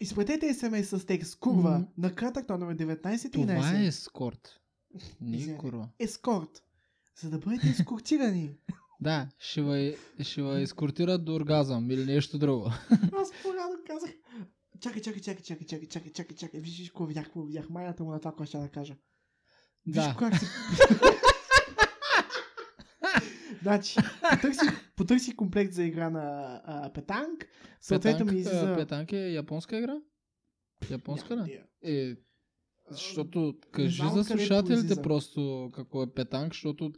Speaker 1: Изпратете смс с текст курва
Speaker 2: М.
Speaker 1: на кратък на номер
Speaker 2: Това е
Speaker 1: 1913.
Speaker 2: ескорт. Не,
Speaker 1: Извинете.
Speaker 2: курва.
Speaker 1: Ескорт. За да бъдете ескортирани.
Speaker 2: Да, ще ва, ще ва изкортират до оргазъм или нещо друго.
Speaker 1: Аз по-рано казах. Чакай, чакай, чакай, чакай, чакай, чакай, чакай, чакай. Виж, виж, какво видях, какво видях. Майната му на това, което ще да кажа. Виж
Speaker 2: Да.
Speaker 1: как се... значи, потърси, потърси комплект за игра на а, петанг. Съответно ми
Speaker 2: Петанк, а,
Speaker 1: излиза...
Speaker 2: Петанк е японска игра? Японска
Speaker 1: Нямам
Speaker 2: ли?
Speaker 1: идея.
Speaker 2: Е, защото кажи
Speaker 1: знам
Speaker 2: за
Speaker 1: откъде
Speaker 2: слушателите
Speaker 1: произлиза.
Speaker 2: просто какво е петанк, защото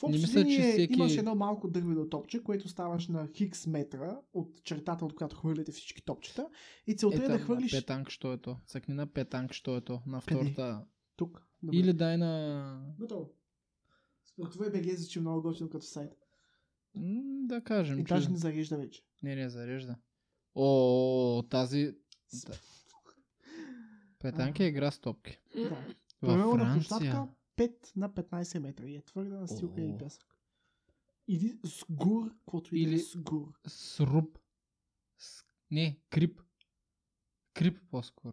Speaker 1: В общо
Speaker 2: мисля, че
Speaker 1: линия
Speaker 2: всеки-
Speaker 1: имаш едно малко дървено топче, което ставаш на хикс метра от чертата, от която хвърляте всички топчета. И целта е,
Speaker 2: ето
Speaker 1: да
Speaker 2: на
Speaker 1: хвърлиш
Speaker 2: петанк, що е то? Цъкни на петанк, що е то? На
Speaker 1: Къде?
Speaker 2: втората.
Speaker 1: тук. Добре.
Speaker 2: Или дай на...
Speaker 1: Готово. Спортове БГ звучи много готино като сайт.
Speaker 2: М, Да кажем,
Speaker 1: И
Speaker 2: че...
Speaker 1: даже не зарежда вече.
Speaker 2: Не, не, зарежда. О, тази...
Speaker 1: Сп-
Speaker 2: Да. Петанка е игра с топки.
Speaker 1: Да.
Speaker 2: Във
Speaker 1: Примерно е на
Speaker 2: Франция.
Speaker 1: площадка 5 на 15 метра. И е твърда на стилка и
Speaker 2: О.
Speaker 1: пясък. Или с гур, каквото е или
Speaker 2: Или-
Speaker 1: с гур.
Speaker 2: Сруб. С... Не, крип. Крип по-скоро.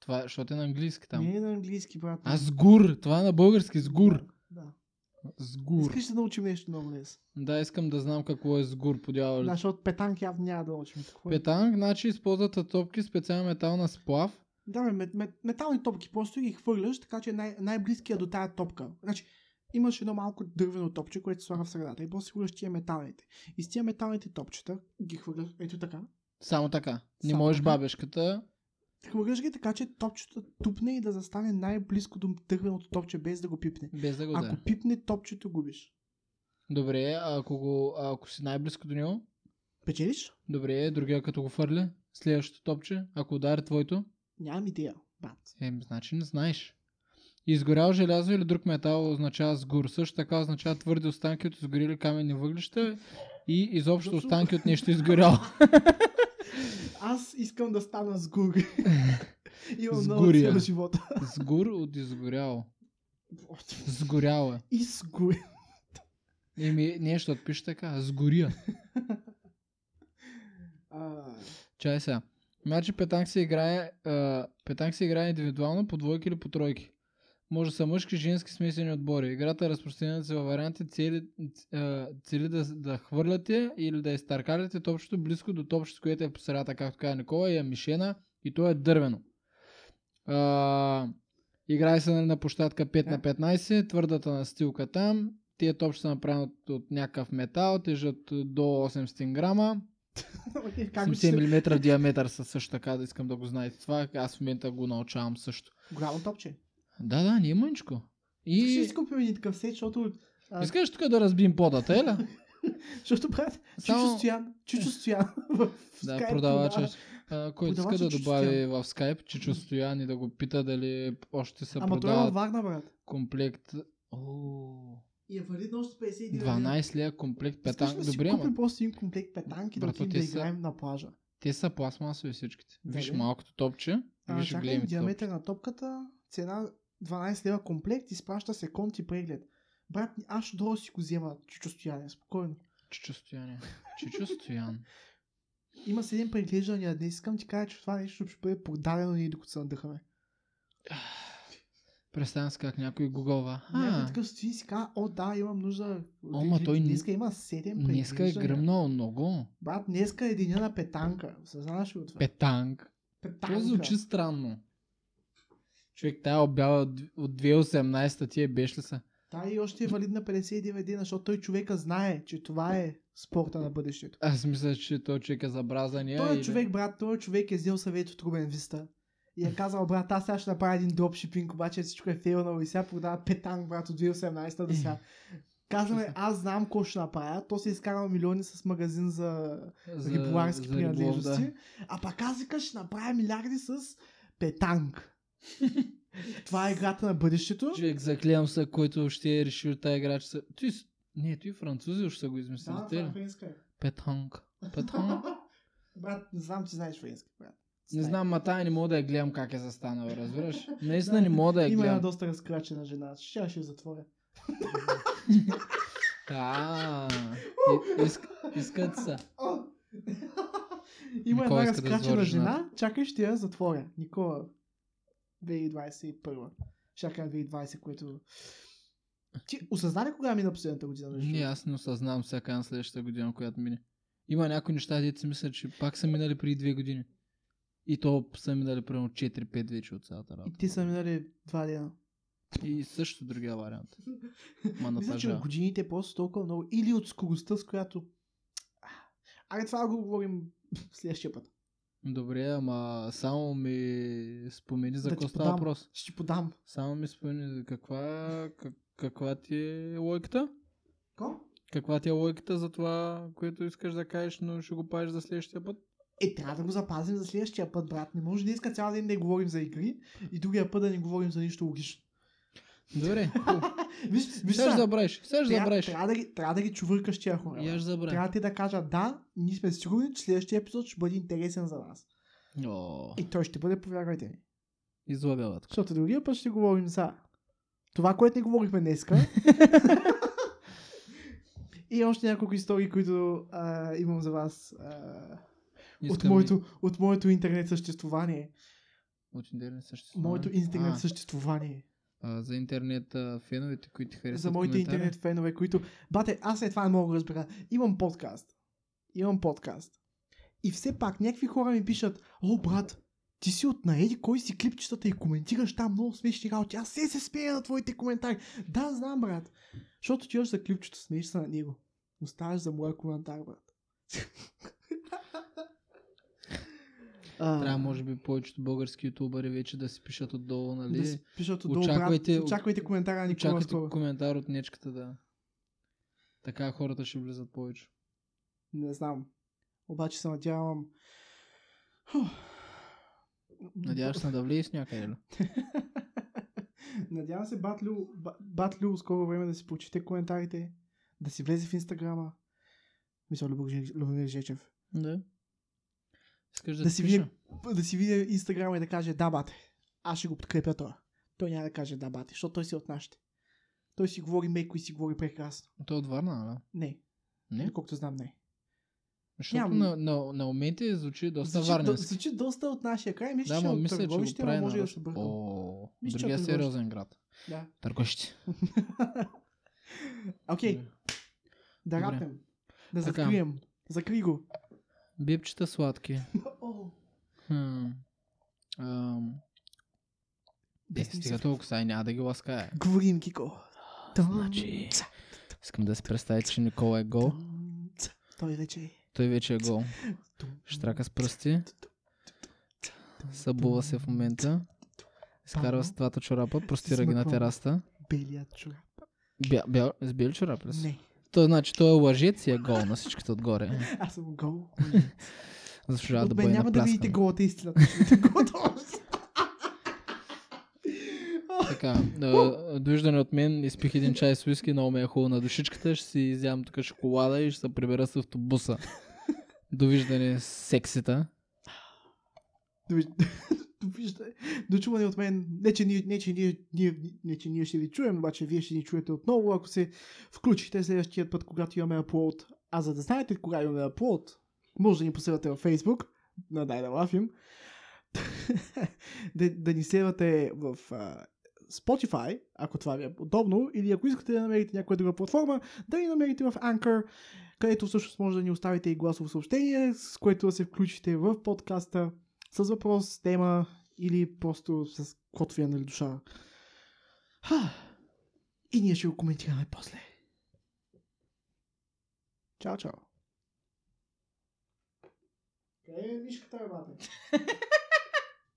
Speaker 2: Това, е- защото е на английски там.
Speaker 1: Не е на английски, брат.
Speaker 2: А сгур, това е на български, сгур.
Speaker 1: Да.
Speaker 2: Сгур.
Speaker 1: Искаш да научим нещо много днес.
Speaker 2: Да, искам да знам какво е сгур, по
Speaker 1: Да,
Speaker 2: дяволите.
Speaker 1: защото петанк явно няма да научим. Какво е?
Speaker 2: Петанг, значи използват топки специална метална сплав.
Speaker 1: Да, бе, мет, мет, метални топки просто ги хвърляш, така че е най- най-близкият до тая топка. Значи, имаш едно малко дървено топче, което се слага в средата и после хвърляш тия металните. И с тия металните топчета ги хвърляш, ето така.
Speaker 2: Само така. Не
Speaker 1: Само
Speaker 2: можеш
Speaker 1: така.
Speaker 2: бабешката.
Speaker 1: Хвърляш ги така, че топчето тупне и да застане най-близко до дървеното топче, без да го пипне.
Speaker 2: Без да го да.
Speaker 1: Ако пипне топчето, губиш.
Speaker 2: Добре, а ако, го, а ако си най-близко до него,
Speaker 1: Печелиш?
Speaker 2: добре, другия като го фърля, следващото топче, ако удари твоето,
Speaker 1: Нямам идея. Бат.
Speaker 2: е, значи не знаеш. Изгорял желязо или друг метал означава сгур. Също така означава твърди останки от изгорели каменни въглища и изобщо
Speaker 1: Защо?
Speaker 2: останки от нещо изгоряло.
Speaker 1: Аз искам да стана с гур. Имам много
Speaker 2: Сгурия.
Speaker 1: цел в живота.
Speaker 2: Сгур от изгоряло. Сгоряло е.
Speaker 1: И с гур.
Speaker 2: Еми, нещо отпише така. Сгоря.
Speaker 1: А,
Speaker 2: Чай сега. Значи петанк се играе, а, петанк се играе индивидуално, по двойки или по тройки. Може да са мъжки, женски смесени отбори. Играта е разпространена се във варианти цели, а, цели да, да хвърляте или да изтъркаляте топчето близко до топчето, което е по средата, както каза Никола, и е мишена и то е дървено. А, играе се нали, на площадка 5 на 15, твърдата настилка там. Тия топчета са направени от, от някакъв метал, тежат до 800 грама.
Speaker 1: окей, как ще
Speaker 2: 70
Speaker 1: се...
Speaker 2: мм в диаметър са също така, да искам да го знаете това. Аз в момента го научавам също.
Speaker 1: Голямо топче.
Speaker 2: Да, да, не е мъничко.
Speaker 1: И... Ще
Speaker 2: И...
Speaker 1: си купим един такъв сет, защото, а-
Speaker 2: Искаш тук да разбием подата, еля?
Speaker 1: защото брат, Чичо
Speaker 2: Само...
Speaker 1: Стоян, Чичо Стоян в
Speaker 2: Да,
Speaker 1: Skype
Speaker 2: продавача.
Speaker 1: продава.
Speaker 2: а, Който иска
Speaker 1: продавача
Speaker 2: да
Speaker 1: Чичо
Speaker 2: добави в скайп Чичо Стоян и да го пита дали още се
Speaker 1: Ама той е във
Speaker 2: продават
Speaker 1: Варна, брат.
Speaker 2: комплект... О,
Speaker 1: И е валидно още 51 лева.
Speaker 2: 12 лея комплект
Speaker 1: Искаш
Speaker 2: петанк.
Speaker 1: да си
Speaker 2: Добре, ама
Speaker 1: купим просто един комплект петанки да
Speaker 2: Брато,
Speaker 1: отидем
Speaker 2: те
Speaker 1: да
Speaker 2: са-
Speaker 1: играем на плажа.
Speaker 2: те са пластмасови всичките.
Speaker 1: Да,
Speaker 2: Виж
Speaker 1: бе.
Speaker 2: малкото топче,
Speaker 1: Нали? А,
Speaker 2: виж
Speaker 1: чакай,
Speaker 2: големите топче.
Speaker 1: диаметър на топката, цена 12 лева комплект, изпраща се конт и преглед. Брат, аз ще долу си го взема, Чичо Стояне, спокойно.
Speaker 2: Чичо Стоян. е. Чичо Стоян.
Speaker 1: Има се един преглеждания днес, искам ти кажа, че това нещо ще бъде продадено ние докато се надъхаме.
Speaker 2: Представям си как някой гугълва.
Speaker 1: Някой
Speaker 2: А,
Speaker 1: такъв стои и си казва, о да, имам нужда.
Speaker 2: О, ма той ни-
Speaker 1: Днеска има 7
Speaker 2: Днеска е
Speaker 1: преглеждания.
Speaker 2: гръмнал много.
Speaker 1: Брат, днеска е деня на петанка. Съзнаваш ли от това?
Speaker 2: Петанг.
Speaker 1: Петанка.
Speaker 2: Това звучи странно. Човек, тая обява от от 2018 тия беше ли са?
Speaker 1: Та и още е валидна 59 дена, защото той човека знае, че това е спорта на бъдещето.
Speaker 2: Аз мисля, че той човек е забразания.
Speaker 1: Той човек, брат, той човек е взел съвет от Рубен Виста. И е казал, брат, аз сега ще направя един дропшипинг, обаче всичко е фейлнало и сега продава петанг, брат, от 2018 до сега.
Speaker 2: Е.
Speaker 1: Казваме, аз знам какво ще направя. То се изкарал милиони с магазин за
Speaker 2: за,
Speaker 1: риболарски
Speaker 2: за риболов,
Speaker 1: принадлежности.
Speaker 2: да.
Speaker 1: А пък аз вика, ще направя милиарди с петанг. Това е играта на бъдещето.
Speaker 2: Човек, заклевам се, който ще е решил тая игра, че са... Ти, с- не, ти французи ще са го измислили.
Speaker 1: Да,
Speaker 2: те ли?
Speaker 1: това е френска. е.
Speaker 2: Петанг. Петанг.
Speaker 1: Брат, не знам, че знаеш френски, брат.
Speaker 2: не
Speaker 1: Знае.
Speaker 2: знам, ма тая не мога да я гледам как е застанала, разбираш? Наистина не мога да я
Speaker 1: Има една
Speaker 2: гледам.
Speaker 1: доста разкрачена жена. Ще я ще я затворя.
Speaker 2: А, и- иск- искат са.
Speaker 1: О! Има
Speaker 2: Никола
Speaker 1: една
Speaker 2: иска да
Speaker 1: разкрачена
Speaker 2: затвори
Speaker 1: жена. Чакай, ще я затворя. Никола. 2021. Чакай 2020, което... Ти осъзна ли кога мина последната година? между
Speaker 2: Не,
Speaker 1: другото?
Speaker 2: аз не осъзнавам всяка на следващата година, която мине. Има някои неща, дето си мисля, че пак са минали преди две години. И то са ми дали примерно 4-5 вече от цялата работа.
Speaker 1: И ти са ми дали два дена.
Speaker 2: И също другия вариант. Ма
Speaker 1: Мисля, че
Speaker 2: напажа.
Speaker 1: в годините е просто толкова много. Или от скоростта, с която... Аре, това го говорим следващия път.
Speaker 2: Добре, ама само ми спомени за
Speaker 1: Да ти
Speaker 2: какво става
Speaker 1: подам.
Speaker 2: въпрос.
Speaker 1: Ще ти подам.
Speaker 2: Само ми спомени за каква, как, каква ти е логиката.
Speaker 1: Ко?
Speaker 2: Каква ти е логиката за това, което искаш да кажеш, но ще го паеш за следващия път?
Speaker 1: Е, трябва да го запазим за следващия път, брат. Не може да иска цял ден да говорим за игри и другия път да не говорим за нищо логично.
Speaker 2: Добре, хубаво.
Speaker 1: Виж, виж
Speaker 2: Сега ще
Speaker 1: сега,
Speaker 2: забравиш, сега ще
Speaker 1: трябва,
Speaker 2: забравиш.
Speaker 1: трябва, да ги, трябва да ги чувъркаш тия хора.
Speaker 2: И аз ще забравя.
Speaker 1: Трябва те да кажат да, ние сме сигурни, че следващия епизод ще бъде интересен за нас.
Speaker 2: О,
Speaker 1: И той ще бъде, повярвайте ми.
Speaker 2: излъгават.
Speaker 1: Защото другия път ще говорим за това, което не говорихме днеска. и още няколко истории, които а, имам за вас а, от,
Speaker 2: Искам и-
Speaker 1: моето, от моето интернет съществуване.
Speaker 2: От интернет съществуване.
Speaker 1: Моето интернет
Speaker 2: А,
Speaker 1: съществуване.
Speaker 2: а, за интернет а, феновете, които ти харесват
Speaker 1: за моите
Speaker 2: коментара.
Speaker 1: интернет фенове, които... Бате, аз след това не мога да разбера. Имам подкаст. Имам подкаст. И все пак някакви хора ми пишат, о, брат, ти си от наеди, кой си клипчетата и коментираш там много смешни работи. Аз се се смея на твоите коментари. Да, знам, брат. Защото ти за клипчето, смееш се на него. Оставаш за моя коментар, брат. А,
Speaker 2: Трябва, може би, повечето български ютубъри вече да си пишат отдолу, нали?
Speaker 1: да си пишат отдолу,
Speaker 2: очаквайте-
Speaker 1: брат. Очаквайте коментара на Никола
Speaker 2: Чакайте
Speaker 1: скоро.
Speaker 2: коментар от нечката, да. Така хората ще влизат повече.
Speaker 1: Не знам. Обаче се надявам. Фух.
Speaker 2: Надяваш се да влезеш някъде нали? ли?
Speaker 1: Надявам се Батлю, Ба- Батлю скоро време да си почете коментарите, да си влезе в Инстаграма. Мисля, Любомир Жеч- Любомир Жечев.
Speaker 2: Да. Искаш да,
Speaker 1: Да
Speaker 2: ти
Speaker 1: си
Speaker 2: пиша?
Speaker 1: видя- Да си видя Инстаграма и да каже да, бате. Аз ще го подкрепя това. Той няма да каже да, бате, защото той си е от нашите. Той си говори меко и си говори прекрасно.
Speaker 2: Той е от Варна,
Speaker 1: Не,
Speaker 2: да? Не?
Speaker 1: доколкото знам, не.
Speaker 2: Защото
Speaker 1: Нямам.
Speaker 2: на, на, на моменти звучи доста
Speaker 1: Звучи, до,
Speaker 2: варненски.
Speaker 1: звучи доста от нашия край. Мисля,
Speaker 2: Да,
Speaker 1: че
Speaker 2: ма
Speaker 1: от
Speaker 2: мисля, че го
Speaker 1: Търговище, ама
Speaker 2: прави
Speaker 1: може и да
Speaker 2: на
Speaker 1: се бъркам.
Speaker 2: О,
Speaker 1: Мисля, че
Speaker 2: другия
Speaker 1: от Търговище.
Speaker 2: сериозен град.
Speaker 1: Да.
Speaker 2: Търговище.
Speaker 1: Окей,
Speaker 2: Да.
Speaker 1: да
Speaker 2: Добре.
Speaker 1: рапнем. Да
Speaker 2: Така.
Speaker 1: закрием. Закри го.
Speaker 2: Бибчета сладки.
Speaker 1: О,
Speaker 2: Хм. Ам. Е,
Speaker 1: Без
Speaker 2: стига
Speaker 1: мисъл.
Speaker 2: толкова, сега няма да ги лаская.
Speaker 1: Говорим, Кико. Там,
Speaker 2: Значи,
Speaker 1: ца,
Speaker 2: Искам да си представя, че Никола е гол.
Speaker 1: там, ца. Той вече е.
Speaker 2: Той вече е гол.
Speaker 1: Тум,
Speaker 2: Штрака с пръсти. Събува се в момента. Изкарва с двата чорапа, простира ги на
Speaker 1: Смъквам.
Speaker 2: тераста.
Speaker 1: Белият чорап.
Speaker 2: Бя, бя, с бели чорап ли си?
Speaker 1: Не,
Speaker 2: Той, значи, той е лъжец и е гол на всичките отгоре.
Speaker 1: аз съм гол.
Speaker 2: Заслужава да
Speaker 1: От
Speaker 2: бъде
Speaker 1: мен няма да
Speaker 2: напляскан.
Speaker 1: видите голата истина. Ще видите голата
Speaker 2: Така, е, довиждане от мен, изпих един чай с уиски, много ме е хубаво на душичката, ще си изям тук шоколада и ще се прибера с автобуса. Довиждане сексита.
Speaker 1: Довиж- Довиждане. Дочуване от мен. Не, че ние, не, че ние, ние, не, че ние ще ви чуем, обаче вие ще ни чуете отново, ако се включите следващия път, когато имаме аплод. А за да знаете кога имаме аплод, може да ни последвате във Facebook, на Дай да лафим, да, да ни следвате в а, Spotify, ако това ви е удобно, или ако искате да намерите някоя друга платформа, да ни намерите в Anchor, където всъщност може да ни оставите и гласово съобщение, с което да се включите в подкаста с въпрос, тема или просто с каквото ви е нали душа. Ха! И ние ще го коментираме после. Чао, чао. Къде е мишката, бате?